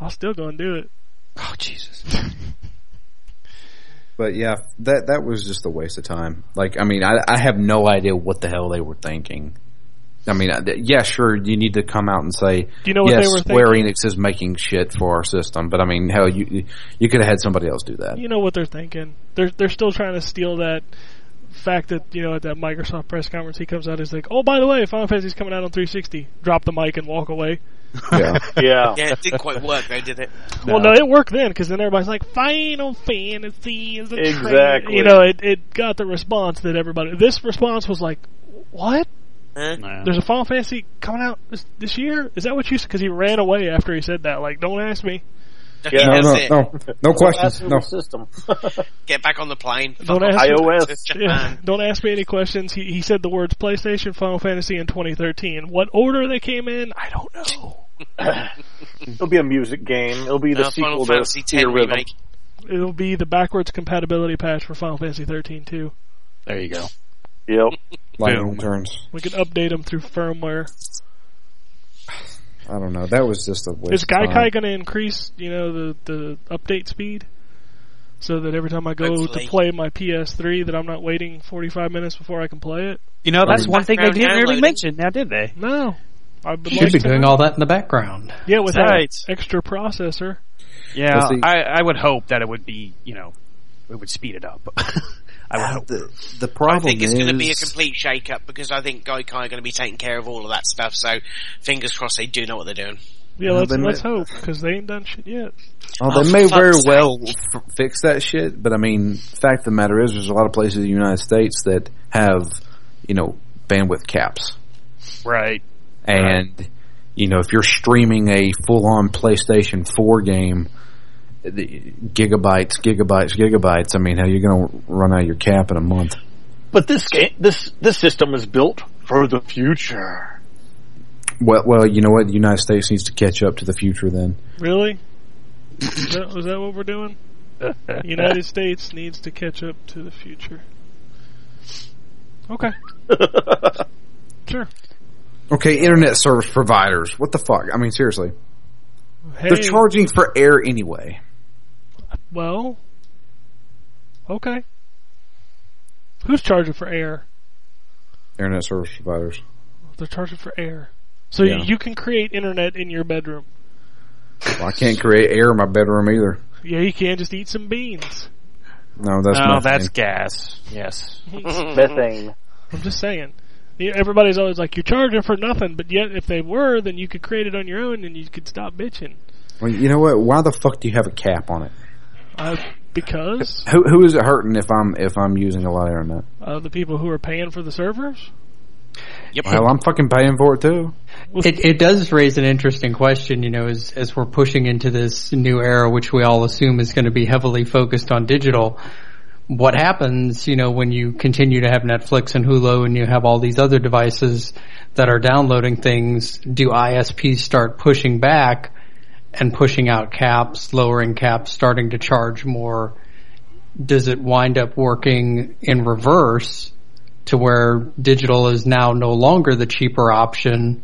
Speaker 1: I was still going to do it.
Speaker 5: Oh Jesus.
Speaker 4: But yeah, that that was just a waste of time. Like, I mean, I I have no idea what the hell they were thinking. I mean, I- yeah, sure, you need to come out and say,
Speaker 1: Do you know what
Speaker 4: yes,
Speaker 1: they were
Speaker 4: Square
Speaker 1: thinking?
Speaker 4: Enix is making shit for our system. But I mean, hell, you you could have had somebody else do that.
Speaker 1: You know what they're thinking. They're they're still trying to steal that fact that you know at that Microsoft press conference he comes out he's like, oh by the way, Final Fantasy's coming out on 360. Drop the mic and walk away.
Speaker 4: Yeah.
Speaker 3: Yeah.
Speaker 2: Yeah, it didn't quite work though, did it?
Speaker 1: Well, no, it worked then because then everybody's like, Final Fantasy is a trend."
Speaker 3: Exactly.
Speaker 1: You know, it it got the response that everybody. This response was like, what?
Speaker 2: Huh?
Speaker 5: Nah.
Speaker 1: There's a Final Fantasy coming out this, this year? Is that what you said? Because he ran away after he said that. Like, don't ask me.
Speaker 2: He
Speaker 3: Yeah.
Speaker 4: No,
Speaker 2: does
Speaker 4: no,
Speaker 2: it.
Speaker 4: no, no questions.
Speaker 3: That's
Speaker 4: No,
Speaker 3: the system.
Speaker 2: Get back on the plane.
Speaker 1: Don't
Speaker 2: Fuck off
Speaker 1: ask- Yeah,
Speaker 2: to
Speaker 3: iOS.
Speaker 2: Japan.
Speaker 1: don't ask me any questions. He he said the words PlayStation, Final Fantasy, and 2013. What order they came in, I don't know.
Speaker 3: It'll be a music game. It'll be the
Speaker 2: Uh,
Speaker 3: sequel
Speaker 2: Final
Speaker 3: to
Speaker 2: Fantasy X
Speaker 3: Fear Rhythm.
Speaker 2: remake.
Speaker 1: It'll be the backwards compatibility patch for Final Fantasy 13 too.
Speaker 5: There you go.
Speaker 3: Yep.
Speaker 4: lightning
Speaker 5: Boom.
Speaker 4: returns.
Speaker 1: We can update them through firmware.
Speaker 4: I don't know. That was just a waste.
Speaker 1: Is
Speaker 4: of time.
Speaker 1: Gaikai going to increase, you know, the the update speed? So that every time I go
Speaker 2: Hopefully.
Speaker 1: to play my PS3, that I'm not waiting 45 minutes before I can play it.
Speaker 5: You know, that's
Speaker 4: Um,
Speaker 5: one thing they
Speaker 2: background
Speaker 5: didn't really
Speaker 2: downloading.
Speaker 5: mention now, did they?
Speaker 1: No, I would
Speaker 6: Should
Speaker 1: like
Speaker 6: be
Speaker 1: to
Speaker 6: doing
Speaker 1: know.
Speaker 6: all that in the background.
Speaker 1: Yeah, with
Speaker 5: Right.
Speaker 1: that extra processor.
Speaker 5: Yeah,
Speaker 4: Well, see-
Speaker 5: I, I would hope that it would be, you know, it would speed it up. I would hope.
Speaker 4: Uh, The, the
Speaker 2: I
Speaker 4: problem
Speaker 2: think it's
Speaker 4: is
Speaker 2: going to be a complete shake-up because I think Gaikai are going to be taking care of all of that stuff. So, fingers crossed, they do know what they're doing.
Speaker 1: Yeah,
Speaker 4: Well,
Speaker 1: let's
Speaker 4: then
Speaker 1: let's
Speaker 4: that-
Speaker 1: hope because they ain't done shit yet.
Speaker 4: Oh, they
Speaker 2: Oh,
Speaker 4: may
Speaker 2: for
Speaker 4: very
Speaker 2: fuck's sake.
Speaker 4: well f- fix that shit, but I mean, fact of the matter is, there's a lot of places in the United States that have, you know, bandwidth caps,
Speaker 5: Right.
Speaker 4: and you know, if you're streaming a full-on PlayStation 4 game, the gigabytes, gigabytes, gigabytes. I mean, how you're going to run out of your cap in a month?
Speaker 3: But this game, this this system is built for the future.
Speaker 4: Well, well, you know what? The United States needs to catch up to the future. Then
Speaker 1: Really? Is that, is that what we're doing? United States needs to catch up to the future. Okay, sure.
Speaker 4: Okay, internet service providers. What the fuck? I mean, seriously,
Speaker 1: Hey,
Speaker 4: they're charging for air anyway.
Speaker 1: well, okay. Who's charging for air?
Speaker 4: Internet service providers.
Speaker 1: They're charging for air. So
Speaker 4: Yeah.
Speaker 1: you can create internet in your bedroom.
Speaker 4: Well, I can't create air in my bedroom either.
Speaker 1: Yeah, you can just eat some beans.
Speaker 4: No, that's
Speaker 5: no,
Speaker 4: not.
Speaker 5: Oh, that's gas. Yes.
Speaker 3: Methane.
Speaker 1: I'm just saying. You- Everybody's always like, you're charging for nothing, but yet if they were, then you could create it on your own and you could stop bitching.
Speaker 4: Well, you know what? Why the fuck do you have a cap on it?
Speaker 1: Uh, because
Speaker 4: Who who is it hurting if I'm if I'm using a lot of internet?
Speaker 1: uh, the people who are paying for the servers.
Speaker 4: Well, I'm fucking paying for it too.
Speaker 6: It, it does raise an interesting question, you know, as, as we're pushing into this new era, which we all assume is going to be heavily focused on digital. What happens, you know, when you continue to have Netflix and Hulu and you have all these other devices that are downloading things? Do ISPs start pushing back and pushing out caps, lowering caps, starting to charge more? Does it wind up working in reverse to where digital is now no longer the cheaper option?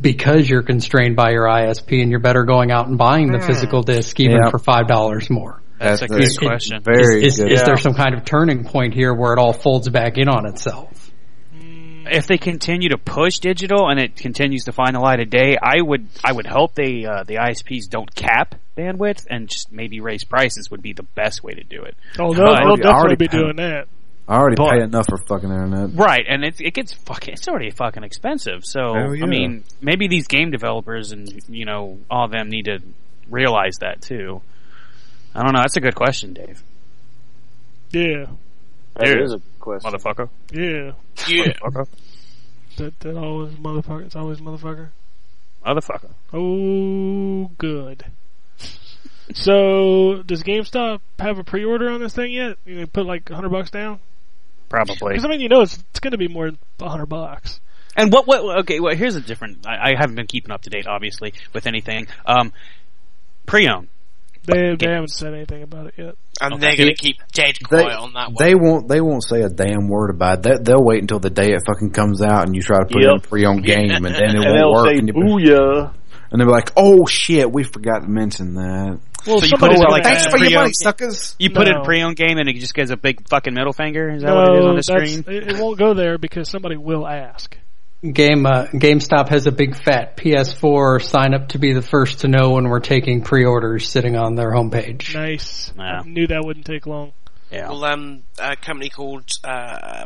Speaker 6: because you're constrained by your ISP and you're better going out and buying the physical disc even
Speaker 4: Yeah.
Speaker 6: for five dollars more.
Speaker 5: That's a
Speaker 4: very
Speaker 5: good question.
Speaker 4: Very
Speaker 6: Is,
Speaker 4: good.
Speaker 6: is there some kind of turning point here where it all folds back in on itself?
Speaker 5: If they continue to push digital and it continues to find the light of day, I would I would hope they uh, the ISPs don't cap bandwidth and just maybe raise prices would be the best way to do it.
Speaker 1: Oh, they'll,
Speaker 5: Right.
Speaker 1: they'll
Speaker 4: Already-
Speaker 1: definitely
Speaker 4: already
Speaker 1: be
Speaker 4: pay-
Speaker 1: doing that.
Speaker 4: I already
Speaker 5: But-
Speaker 4: pay enough for fucking internet.
Speaker 5: Right, and it's it gets fucking it's already fucking expensive. So
Speaker 4: Hell yeah.
Speaker 5: I mean, maybe these game developers and you know all of them need to realize that too. I don't know. That's a good question, Dave.
Speaker 1: Yeah,
Speaker 3: That
Speaker 5: Dude.
Speaker 3: is a good question.
Speaker 5: Motherfucker.
Speaker 1: yeah.
Speaker 2: You,
Speaker 5: Motherfucker.
Speaker 1: That that always motherfucker. It's always motherfucker.
Speaker 5: Motherfucker.
Speaker 1: Oh, good. So, does GameStop have a pre-order on this thing yet? You know, put like hundred bucks down.
Speaker 5: Probably.
Speaker 1: Because I mean, you know, it's it's going to be more than hundred bucks.
Speaker 5: And what, what, okay, well, here's a different, I, I haven't been keeping up to date, obviously, with anything. Um, pre-owned.
Speaker 1: They they
Speaker 5: Games.
Speaker 1: haven't said anything about it yet.
Speaker 2: and
Speaker 5: Okay.
Speaker 2: they're going to keep dead quiet on that one.
Speaker 4: they won't. They won't say a damn word about it. They, they'll wait until the day it fucking comes out, and you try to put it in
Speaker 3: Yep.
Speaker 4: pre-owned game, and then it
Speaker 3: And
Speaker 4: won't
Speaker 3: they'll
Speaker 4: work.
Speaker 3: say
Speaker 4: and, you'll be-
Speaker 3: booyah.
Speaker 4: and they'll be like, "Oh shit, we forgot to mention that."
Speaker 1: Well,
Speaker 5: So you
Speaker 1: somebody's
Speaker 5: go
Speaker 1: gonna
Speaker 5: like
Speaker 1: have-
Speaker 5: Thanks for your money,
Speaker 4: suckers.
Speaker 5: You put in
Speaker 1: No.
Speaker 5: a pre-owned game and it just gets a big fucking middle finger? Is that
Speaker 1: no,
Speaker 5: what it is on the
Speaker 1: that's-
Speaker 5: screen?
Speaker 1: It, it won't go there because somebody will ask.
Speaker 6: Game uh, GameStop has a big fat PS4 sign up to be the first to know when we're taking pre-orders sitting on their homepage.
Speaker 1: Nice.
Speaker 5: Yeah.
Speaker 1: I knew that wouldn't take long.
Speaker 5: Yeah.
Speaker 2: Well, um, a company called uh,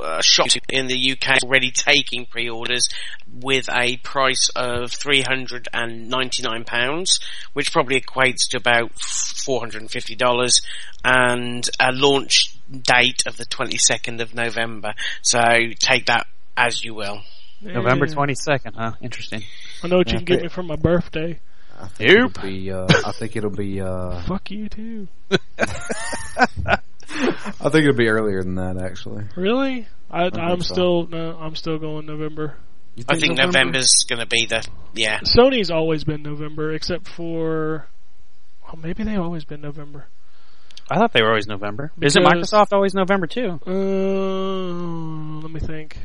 Speaker 2: uh, Shop in the UK is already taking pre-orders with a price of three hundred and ninety-nine pounds, which probably equates to about four hundred and fifty dollars, and a launch date of the twenty-second of November. So take that as you will.
Speaker 5: November
Speaker 1: Yeah.
Speaker 5: twenty second, huh? Interesting.
Speaker 1: I know what you
Speaker 4: Yeah,
Speaker 1: can get
Speaker 4: but-
Speaker 1: me for my birthday.
Speaker 4: I think it'll be. Uh, I think it'll be. Uh,
Speaker 1: Fuck you too.
Speaker 4: I think it'll be earlier than that. Actually,
Speaker 1: Really? I,
Speaker 4: think
Speaker 1: I'm
Speaker 4: so.
Speaker 1: still no. I'm still going November.
Speaker 4: You
Speaker 2: I think November's going to be the yeah.
Speaker 1: Sony's always been November, except for. Well, maybe they've always been November.
Speaker 5: I thought they were always November. Isn't
Speaker 1: Because-
Speaker 5: Microsoft always November too?
Speaker 1: Uh, let me think.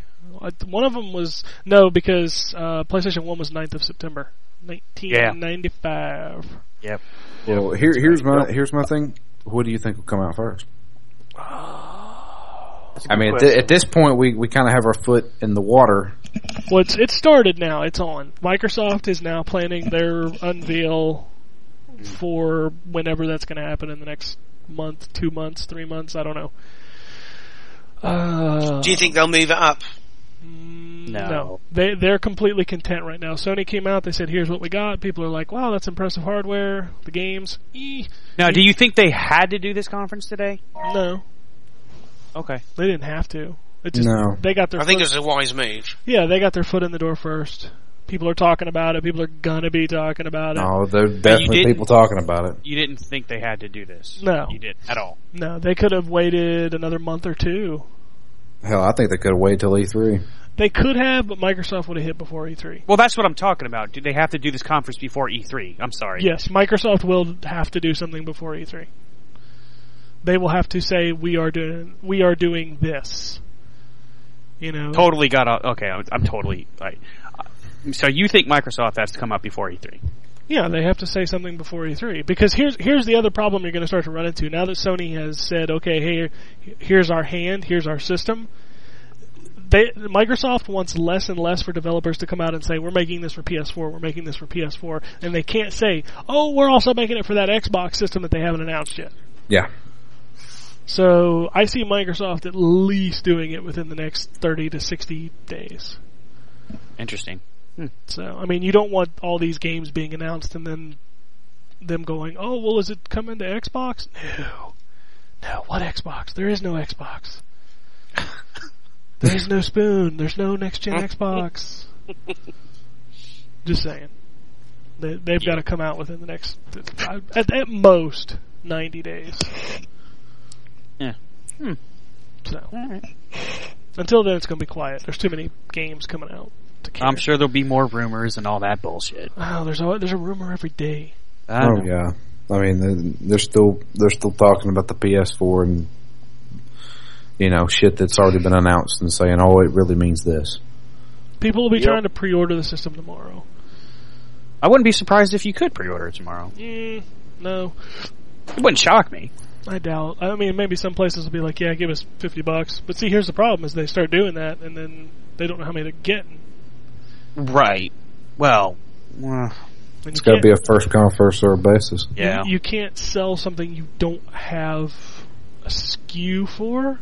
Speaker 1: I- One of them was no, because uh, PlayStation One was 9th of September,
Speaker 5: Yeah.
Speaker 1: nineteen ninety five.
Speaker 4: Well, here, here's my here's my thing. What do you think will come out first? I mean, at, thi- at this point, we, we kind of have our foot in the water.
Speaker 1: Well, it's, it started now. It's on. Microsoft is now planning their unveil for whenever that's going to happen in the next month, two months, three months. I don't know. Uh,
Speaker 2: Do you think they'll move it up?
Speaker 1: mm,
Speaker 5: No.
Speaker 1: They they're completely content right now. Sony came out. They said, "Here's what we got." People are like, "Wow, that's impressive hardware." The games, eh,
Speaker 5: Now, do you think they had to do this conference today?
Speaker 1: no,
Speaker 5: Okay.
Speaker 1: they didn't have to. It just
Speaker 4: No.
Speaker 1: they got their
Speaker 2: I think
Speaker 1: foot,
Speaker 2: it was a wise move.
Speaker 1: yeah they got their foot in the door first. People are talking about it. People are gonna be talking about
Speaker 2: uh,
Speaker 1: it.
Speaker 4: No, there are definitely
Speaker 5: didn't-
Speaker 4: people talking about it.
Speaker 5: You didn't think they had to do this?
Speaker 1: No.
Speaker 5: you didn't at all.
Speaker 1: No, they could have waited another month or two.
Speaker 4: Hell, I think they could have waited till E E3.
Speaker 1: They could have, but Microsoft would have hit before E E3.
Speaker 5: Well, that's what I'm talking about. Do they have to do this conference before E3? I'm sorry.
Speaker 1: Yes, Microsoft will have to do something before E3. They will have to say we are doing we are doing this. You know,
Speaker 5: Totally got out. Okay, I'm, I'm totally. I, I- so you think Microsoft has to come out before E E3?
Speaker 1: yeah, they have to say something before E3 because here's here's the other problem you're going to start to run into now that Sony has said, okay, hey, here's our hand, here's our system. They, Microsoft wants less and less for developers to come out and say we're making this for PS4, we're making this for PS4, and they can't say, oh, we're also making it for that Xbox system that they haven't announced yet.
Speaker 4: Yeah,
Speaker 1: So I see Microsoft at least doing it within the next 30 to 60 days.
Speaker 5: Interesting.
Speaker 1: So I mean, you don't want all these games being announced and then them going, "Oh, well, is it coming to Xbox?" No, no. What Xbox? There is no Xbox. there is no spoon. There's no next gen Xbox. Just saying, they, they've got to come out within the next, at, at most, 90 days.
Speaker 5: Yeah. Hmm.
Speaker 1: So
Speaker 5: All right.
Speaker 1: until then, it's going to be quiet. There's too many games coming out. To care.
Speaker 5: I'm sure there'll be more rumors and all that bullshit.
Speaker 1: Wow, there's a there's a rumor every day.
Speaker 5: I
Speaker 4: oh
Speaker 5: know.
Speaker 4: yeah. I mean, they're- they're still they're still talking about the PS4 and you know shit that's already been announced and saying, oh, it really means this.
Speaker 1: People will be
Speaker 5: Yep.
Speaker 1: trying to pre-order the system tomorrow.
Speaker 5: I wouldn't be surprised if you could pre-order it tomorrow.
Speaker 1: Mm, no,
Speaker 5: It wouldn't shock me.
Speaker 1: I doubt. I mean, maybe some places will be like, "Yeah, give us fifty bucks." But see, here's the problem: is they start doing that, and then they don't know how many they're getting.
Speaker 5: Right. Well. uh,
Speaker 1: And
Speaker 4: It's got to be a first come first served basis.
Speaker 5: yeah.
Speaker 1: You, can't sell something you don't have a SKU for.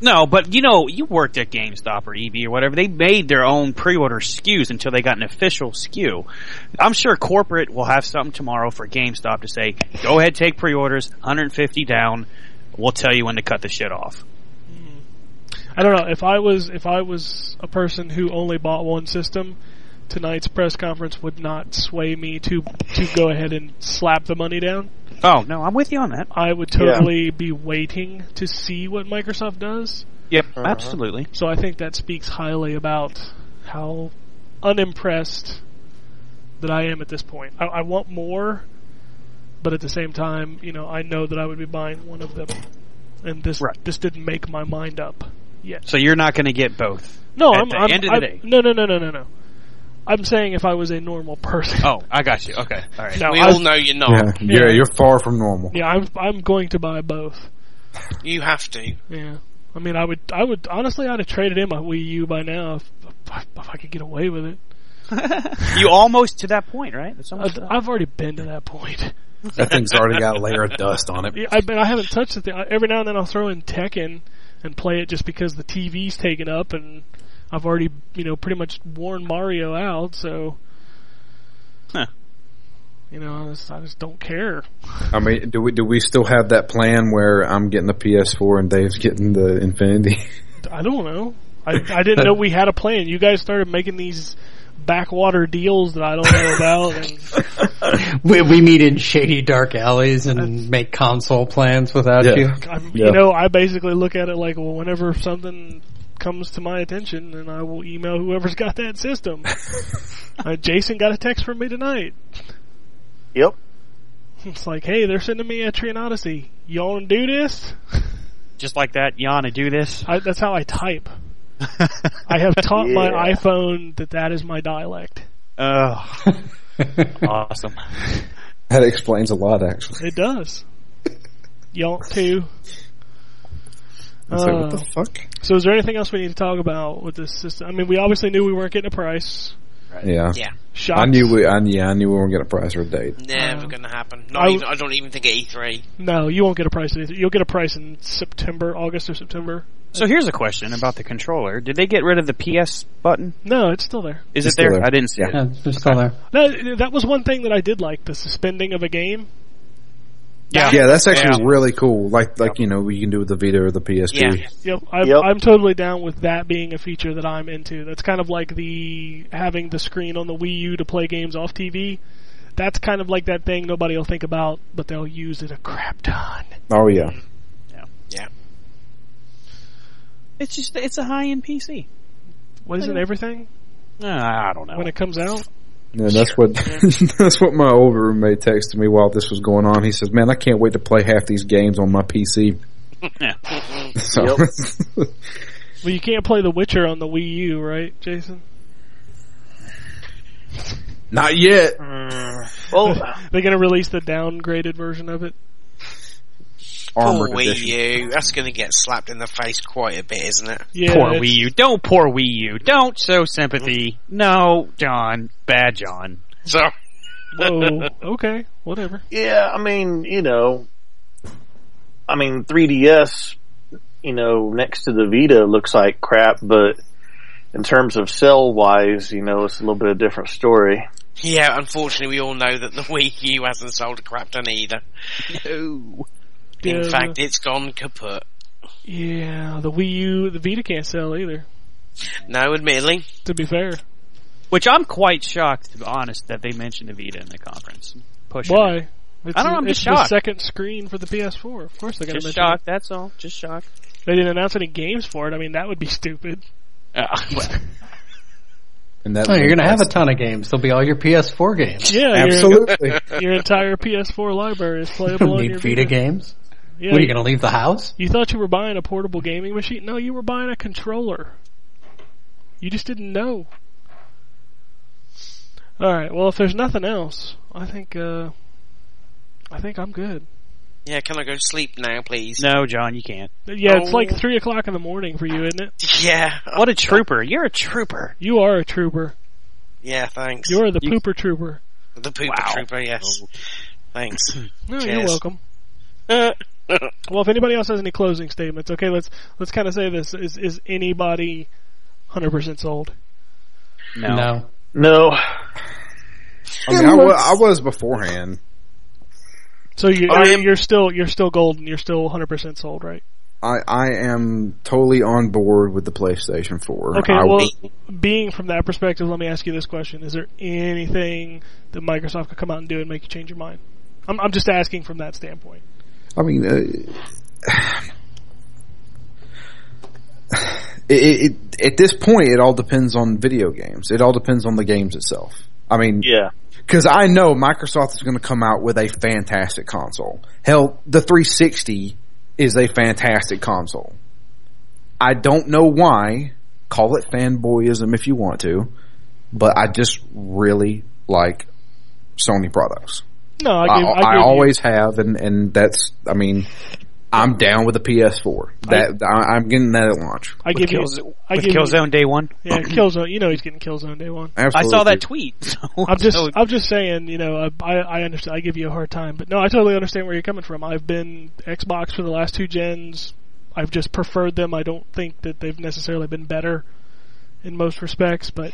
Speaker 5: No, but you know, you worked at GameStop or EB or whatever. They made their own pre-order SKUs until they got an official SKU. I'm sure corporate will have something tomorrow for GameStop to say, "Go ahead, take pre-orders, 150 down. We'll tell you when to cut the shit off."
Speaker 1: I don't know if I was if I was a person who only bought one system. Tonight's press conference would not sway me to to go ahead and slap the money down.
Speaker 5: Oh no, I'm with you on that.
Speaker 1: I would totally be waiting to see what Microsoft does.
Speaker 5: Yep, absolutely.
Speaker 1: So I think that speaks highly about how unimpressed that I am at this point. I, I want more, but at the same time, you know, I know that I would be buying one of them, and this
Speaker 5: Right.
Speaker 1: this didn't make my mind up yet.
Speaker 5: So you're not going to get both.
Speaker 1: No,
Speaker 5: At
Speaker 1: I'm,
Speaker 5: the
Speaker 1: I'm,
Speaker 5: end of the
Speaker 1: I'm-
Speaker 5: day.
Speaker 1: no, no, no, no, no, no. I'm saying if I was a normal person.
Speaker 5: Oh, I got you. Okay, all right.
Speaker 1: No,
Speaker 2: we
Speaker 1: I-
Speaker 2: all know you're not.
Speaker 4: Yeah, Oh, yeah,
Speaker 1: Yeah.
Speaker 4: you're far from normal.
Speaker 1: Yeah, I'm I'm going to buy both.
Speaker 2: You have to.
Speaker 1: Yeah. I mean, I would, I would honestly, I'd have traded in my Wii U by now if, if I could get away with it.
Speaker 5: you almost to that point, right? That's almost
Speaker 1: I've,
Speaker 5: to that.
Speaker 1: I've already been to that point.
Speaker 4: That thing's already got a layer of dust on it.
Speaker 1: Yeah, I mean, I haven't touched the thing. I- Every now and then I'll throw in Tekken and play it just because the TV's taken up and I've already, you know, pretty much worn Mario out, so.
Speaker 5: Huh.
Speaker 1: You know, I just, I just don't care.
Speaker 4: I mean, do we do we still have that plan where I'm getting the PS4 and Dave's getting the Infinity?
Speaker 1: I don't know. I, I didn't know we had a plan. You guys started making these backwater deals that I don't know about and
Speaker 6: We, we meet in shady dark alleys and make console plans without
Speaker 4: Yeah.
Speaker 6: you.
Speaker 1: I'm,
Speaker 4: Yeah.
Speaker 1: You know, I basically look at it like, well, whenever something comes to my attention, then I will email whoever's got that system. uh, Jason got a text from me tonight.
Speaker 3: Yep.
Speaker 1: It's like, hey, they're sending me a Trian Odyssey. You want to do this?
Speaker 5: Just like that, Yana, do this.
Speaker 1: I, that's how I type. I have taught my
Speaker 3: Yeah.
Speaker 1: iPhone that that is my dialect.
Speaker 5: Oh, awesome.
Speaker 4: that explains a lot, actually.
Speaker 1: It does. You want to?
Speaker 4: I was like, what
Speaker 1: Uh,
Speaker 4: the fuck?
Speaker 1: So, is there anything else we need to talk about with this system? I mean, we obviously knew we weren't getting a price.
Speaker 4: Yeah.
Speaker 2: Yeah.
Speaker 1: Shocks.
Speaker 4: I knew we. I, yeah, I knew we weren't getting a price or a date.
Speaker 2: Never
Speaker 1: Uh,
Speaker 2: gonna happen.
Speaker 1: I
Speaker 2: Not
Speaker 1: w-
Speaker 2: even, I don't even think at E E3.
Speaker 1: No, you won't get a price. in- You'll get a price in September, August or September.
Speaker 5: So here's a question about the controller. Did they get rid of the PS button?
Speaker 1: No, it's still there.
Speaker 5: Is
Speaker 4: It's
Speaker 5: it there?
Speaker 4: still there.
Speaker 5: I didn't see
Speaker 6: Yeah,
Speaker 5: it.
Speaker 6: they're still there.
Speaker 1: No, that was one thing that I did like the suspending of a game.
Speaker 5: Yeah.
Speaker 4: Yeah, that's actually
Speaker 5: Yeah.
Speaker 4: really cool. Like, like you know, you can do with the Vita or the PS2.
Speaker 2: Yeah.
Speaker 1: Yep, i
Speaker 3: Yep.
Speaker 1: I'm totally down with that being a feature that I'm into. That's kind of like the having the screen on the Wii U to play games off TV. That's kind of like that thing nobody will think about, but they'll use it a crap ton.
Speaker 4: Oh yeah.
Speaker 5: It's just it's a high end PC.
Speaker 1: What is it? Everything
Speaker 5: Uh, I don't know.
Speaker 1: when it comes out.
Speaker 4: Yeah, that's what that's what my old roommate texted me while this was going on. He says, "Man, I can't wait to play half these games on my PC."
Speaker 5: Yeah.
Speaker 4: So,
Speaker 1: Well, you can't play The Witcher on the Wii U, right, Jason?
Speaker 4: not yet.
Speaker 3: Well,
Speaker 1: They're gonna release the downgraded version of it.
Speaker 4: Armored
Speaker 2: Poor Wii
Speaker 4: edition.
Speaker 2: U. That's gonna get slapped in the face quite a bit, isn't it?
Speaker 1: Yeah,
Speaker 5: poor
Speaker 1: it's-
Speaker 5: Wii U. Don't poor Wii U. Don't show sympathy. No, John. Bad John.
Speaker 2: So
Speaker 1: Whoa. Okay. Whatever.
Speaker 3: yeah, I mean, you know, I mean, 3DS, you know, next to the Vita looks like crap, but in terms of cell wise, you know, it's a little bit of a different story.
Speaker 2: yeah, unfortunately, we all know that the Wii U hasn't sold a crap ton either.
Speaker 5: No.
Speaker 2: In
Speaker 1: Yeah,
Speaker 2: fact, it's gone kaput.
Speaker 1: Yeah, the Wii U, the Vita can't sell either.
Speaker 2: No, admittedly,
Speaker 1: To be fair,
Speaker 5: Which I'm quite shocked, to be honest, that they mentioned the Vita in the conference. Pushing it.
Speaker 1: why? It's,
Speaker 5: I don't know, I'm
Speaker 1: it's
Speaker 5: just
Speaker 1: the
Speaker 5: shocked.
Speaker 1: second screen for the PS4. Of course, they're gonna
Speaker 5: Just
Speaker 1: mention
Speaker 5: shocked. That's all. Just shocked.
Speaker 1: it. They didn't announce any games for it. I mean, that would be stupid.
Speaker 5: Uh,
Speaker 4: And that
Speaker 6: Oh, you're gonna have a ton of games. They'll be all your PS4 games.
Speaker 1: Yeah, your-
Speaker 4: absolutely.
Speaker 1: Your, entire PS4 library is
Speaker 6: You
Speaker 1: playable
Speaker 6: don't
Speaker 1: on your
Speaker 6: need Vita games.
Speaker 1: Yeah,
Speaker 6: What are you gonna leave the house?
Speaker 1: you thought you were buying a portable gaming machine? No, you were buying a controller. You just didn't know. All right. Well, if there's nothing else, I think uh, I think I'm good.
Speaker 2: yeah. Can I go to sleep now, please?
Speaker 5: No, John, you can't.
Speaker 1: Yeah, it's
Speaker 2: Oh.
Speaker 1: like three o'clock in the morning for you, isn't it?
Speaker 2: Yeah,
Speaker 5: What a trooper. You're a trooper.
Speaker 1: You are a trooper.
Speaker 2: yeah. Thanks.
Speaker 1: You are the
Speaker 5: You-
Speaker 1: pooper trooper.
Speaker 2: the pooper
Speaker 5: Wow.
Speaker 2: trooper.
Speaker 4: Oh.
Speaker 2: Yes. Thanks.
Speaker 1: No, you're
Speaker 2: Cheers.
Speaker 1: welcome. Well, if anybody else has any closing statements, okay, let's let's kind of say this: is is anybody hundred percent sold?
Speaker 5: No.
Speaker 3: No,
Speaker 4: I mean, I wa- I was beforehand.
Speaker 1: So you
Speaker 2: I
Speaker 1: are,
Speaker 2: am-
Speaker 1: you're still you're still golden. You're still hundred percent sold, right?
Speaker 4: I, I am totally on board with the PlayStation 4.
Speaker 1: Okay,
Speaker 4: I,
Speaker 1: well, being from that perspective, let me ask you this question: Is there anything that Microsoft could come out and do and make you change your mind? I'm I'm just asking from that standpoint.
Speaker 4: I mean, uh, it, it, it, at this point, it all depends on video games. It all depends on the games itself. I mean,
Speaker 3: yeah,
Speaker 4: because I know Microsoft is going to come out with a fantastic console. Hell, the 360 is a fantastic console. I don't know why. Call it fanboyism if you want to, but I just really like Sony products.
Speaker 1: No, I,
Speaker 4: I,
Speaker 1: give,
Speaker 4: I,
Speaker 1: give you-
Speaker 4: always have, and, and that's, I mean, I'm down with the PS4. That I, I'm getting that at launch.
Speaker 1: I
Speaker 5: With
Speaker 1: give you,
Speaker 5: Killzone,
Speaker 1: I
Speaker 5: with
Speaker 1: give you,
Speaker 5: Killzone Day One.
Speaker 1: yeah, Killzone. You know he's getting Killzone day one.
Speaker 5: I
Speaker 4: Absolutely.
Speaker 5: saw that tweet. So,
Speaker 1: I'm just,
Speaker 5: so-
Speaker 1: I'm just saying, you know, uh, I, I understand. I give you a hard time, but no, I totally understand where you're coming from. I've been Xbox for the last two gens. I've just preferred them. I don't think that they've necessarily been better in most respects, but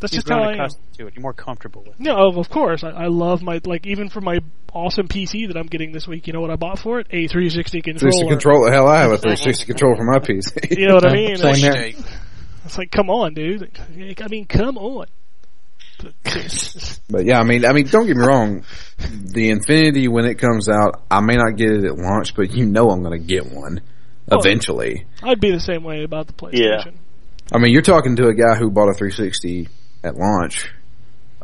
Speaker 1: that's
Speaker 5: you've
Speaker 1: just how
Speaker 5: grown
Speaker 1: I am.
Speaker 5: accustomed to it. You're more comfortable with. it.
Speaker 1: No, of- of course. I, I love my like even for my awesome PC that I'm getting this week. You know what I bought for it? A 360 controller.
Speaker 4: 360 controller. Hell, I have a 360 controller for my PC.
Speaker 1: You know what I
Speaker 6: Yeah,
Speaker 1: mean?
Speaker 6: same
Speaker 1: It's,
Speaker 6: here.
Speaker 2: Shit.
Speaker 1: it's like, come on, dude. I mean, come on.
Speaker 4: But yeah, I mean, I mean, don't get me wrong. The Infinity, when it comes out, I may not get it at launch, but you know I'm going to get one
Speaker 1: Oh.
Speaker 4: eventually.
Speaker 1: I'd be the same way about the
Speaker 3: Yeah.
Speaker 1: PlayStation.
Speaker 4: I mean, you're talking to a guy who bought a 360 at launch,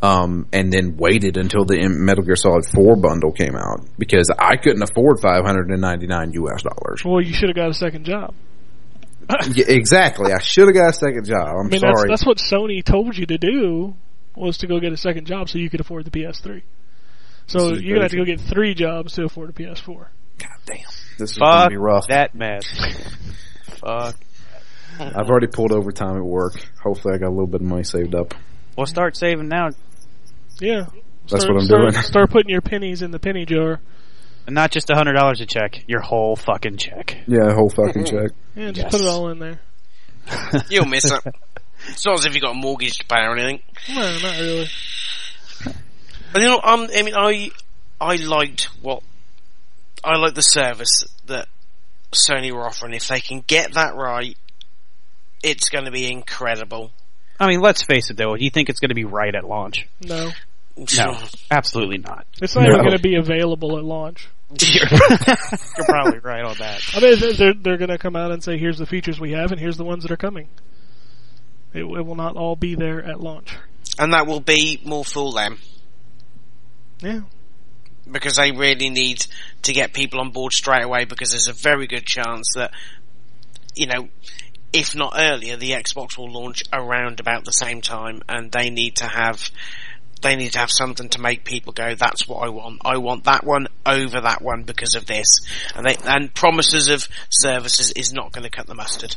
Speaker 4: um, and then waited until the M- Metal Gear Solid 4 bundle came out because I couldn't afford 599 US dollars.
Speaker 1: Well, you should have got a second job.
Speaker 4: yeah, exactly. I should have got a second job. I'm
Speaker 1: I mean, that's,
Speaker 4: sorry.
Speaker 1: that's what Sony told you to do was to go get a second job so you could afford the PS3. So
Speaker 4: This is
Speaker 1: you're gonna have to go
Speaker 4: crazy.
Speaker 1: get three jobs to afford a PS4.
Speaker 4: this is going to
Speaker 5: Fuck
Speaker 4: be rough.
Speaker 5: that mess. Fuck.
Speaker 4: I've already pulled overtime at work. Hopefully, I got a little bit of money saved up.
Speaker 5: Well, start saving now,
Speaker 1: Yeah,
Speaker 4: That's
Speaker 1: Start-
Speaker 4: what I'm
Speaker 1: start-
Speaker 4: doing.
Speaker 1: Start putting your pennies in the penny jar.
Speaker 5: and not just a hundred dollars a check. Your whole fucking check.
Speaker 4: Yeah, whole fucking check.
Speaker 1: Yeah, just
Speaker 5: Yes.
Speaker 1: put it all in there.
Speaker 2: You'll miss it. It's not as if you've got a mortgage to pay or anything.
Speaker 1: No, not really.
Speaker 2: But you know, um, I mean, I I liked what I like the service that Sony were offering. If they can get that right, it's going to be incredible.
Speaker 5: I mean, let's face it though. Do you think it's going to be right at launch?
Speaker 1: No,
Speaker 5: No, absolutely not.
Speaker 1: it's not
Speaker 4: No.
Speaker 1: even going to be available at launch.
Speaker 5: You're probably right on that.
Speaker 1: I mean, they're- they're they're going to come out and say, "Here's the features we have, and here's the ones that are coming." It, it will not all be there at launch.
Speaker 2: and that will be more fool them
Speaker 1: Yeah,
Speaker 2: because they really need to get people on board straight away because there's a very good chance that you know. If not earlier, the Xbox will launch around about the same time, and they need to have they need to have something to make people go, that's what I want. I want that one over that one because of this. And they, and promises of services is not going to cut the mustard.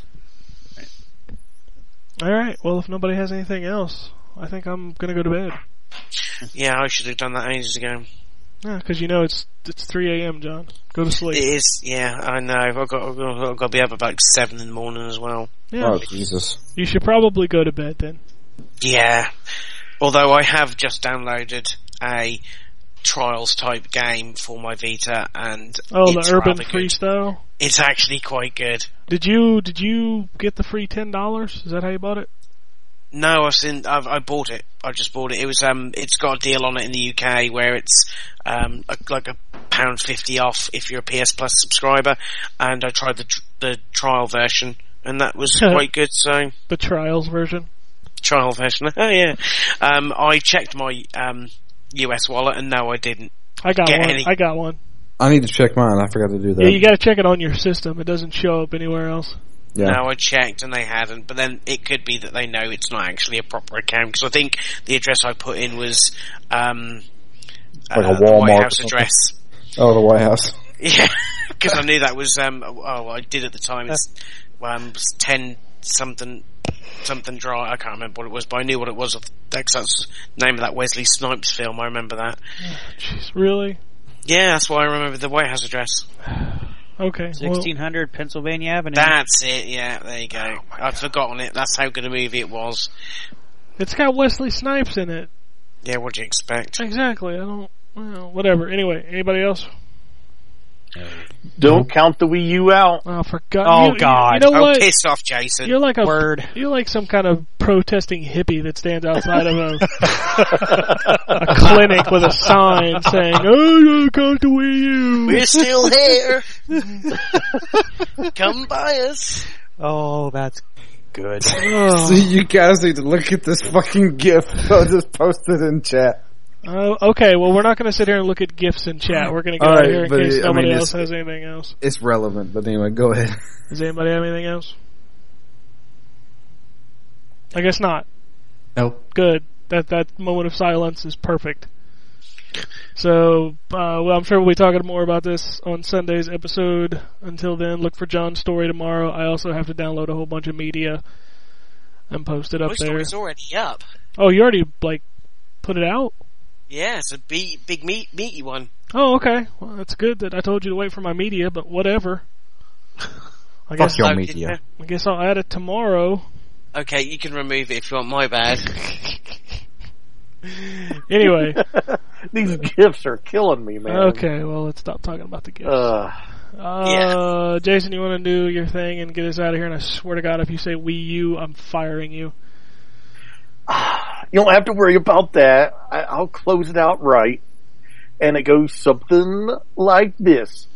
Speaker 1: All right. Well, if nobody has anything else, I think I'm gonna go to bed.
Speaker 2: Yeah, I should have done that ages ago.
Speaker 1: Yeah, 'cause you know it's it's 3 a.m. John, go to
Speaker 2: It
Speaker 1: sleep.
Speaker 2: is, yeah, I know. I've got, I've got, I've got to be up about seven in the morning as well.
Speaker 1: Yeah,
Speaker 4: Oh Jesus!
Speaker 1: you should probably go to bed then.
Speaker 2: Yeah. Although I have just downloaded a trials type game for my Vita and
Speaker 1: Oh,
Speaker 2: it's
Speaker 1: the urban
Speaker 2: rather good.
Speaker 1: freestyle.
Speaker 2: It's actually quite good.
Speaker 1: Did you did you get the free ten dollars? Is that how you bought it?
Speaker 2: No, I've seen. I've, I bought it. I just bought it. It was um. It's got a deal on it in the UK where it's um a, like a pound fifty off if you're a PS Plus subscriber. And I tried the tr- the trial version, and that was quite good. So
Speaker 1: The trials version.
Speaker 2: trial version. Oh yeah. Um, I checked my um US wallet, and no, I didn't.
Speaker 1: I got
Speaker 2: Get
Speaker 1: one.
Speaker 2: any-
Speaker 1: I got one.
Speaker 4: I need to check mine. I forgot to do that.
Speaker 1: Yeah, you got to check it on your system. It doesn't show up anywhere else.
Speaker 4: Yeah.
Speaker 2: No, I checked and they hadn't. But then it could be that they know it's not actually a proper account because I think the address I put in was um, uh,
Speaker 4: Like a
Speaker 2: the
Speaker 4: Walmart
Speaker 2: White
Speaker 4: or
Speaker 2: House
Speaker 4: something.
Speaker 2: address.
Speaker 4: Oh, the White House.
Speaker 2: Yeah, because I knew that was um. Oh, I did at the time. It's um it's ten something something dry. I can't remember what it was, but I knew what it was. That's that's the name of that Wesley Snipes film. I remember that.
Speaker 1: Jeez, really?
Speaker 2: Yeah, that's why I remember the White House address.
Speaker 1: Okay. Well,
Speaker 5: Sixteen hundred Pennsylvania Avenue.
Speaker 2: That's it. Yeah, there you go.
Speaker 4: Oh
Speaker 2: I'd forgotten it. That's how good a movie it was.
Speaker 1: it's got Wesley Snipes in it.
Speaker 2: Yeah, what'd you expect?
Speaker 1: Exactly. I don't. Well, whatever. Anyway, anybody else?
Speaker 3: Don't count the Wii U out.
Speaker 1: Oh, for God.
Speaker 5: Oh,
Speaker 1: you, you- You,
Speaker 5: God.
Speaker 1: know
Speaker 2: Oh,
Speaker 1: what?
Speaker 2: piss off, Jason.
Speaker 1: You're like a
Speaker 5: Word.
Speaker 1: You're like some kind of protesting hippie that stands outside of a, a clinic with a sign saying, "Oh, go to Wii U."
Speaker 2: We're still here. Come by us.
Speaker 5: Oh, that's good.
Speaker 1: Oh,
Speaker 4: See, you guys need to look at this fucking gif I just posted in chat.
Speaker 1: oh, okay, well, we're not going to sit here and look at gifs in chat. We're going to get
Speaker 4: All
Speaker 1: out
Speaker 4: right,
Speaker 1: here in
Speaker 4: but
Speaker 1: case
Speaker 4: it- I mean,
Speaker 1: nobody
Speaker 4: it's-
Speaker 1: else has anything else.
Speaker 4: It's relevant, but anyway, go ahead.
Speaker 1: Does anybody have anything else? I guess not.
Speaker 6: Nope.
Speaker 1: Good. That that moment of silence is perfect. So, uh, well, I'm sure we'll be talking more about this on Sunday's episode. Until then, look for John's story tomorrow. I also have to download a whole bunch of media and post it up
Speaker 2: My
Speaker 1: there.
Speaker 2: story's already up.
Speaker 1: Oh, you already like put it out?
Speaker 2: Yeah, it's a big, big meat, meaty one.
Speaker 1: Oh, okay. Well, that's good that I told you to wait for my media, but whatever. I
Speaker 4: Fuck
Speaker 1: guess
Speaker 4: your
Speaker 2: I-
Speaker 4: media.
Speaker 1: I guess I'll add it tomorrow.
Speaker 2: Okay, you can remove it if you want. My bad.
Speaker 1: Anyway,
Speaker 3: These gifts are killing me, man.
Speaker 1: okay. Well, let's stop talking about the gifts.
Speaker 3: Uh,
Speaker 1: Uh, Jason, you want to do your thing and get us out of here? And I swear to God, if you say Wii U, I'm firing you.
Speaker 3: you don't have to worry about that. I, I'll close it out right. And it goes something like this.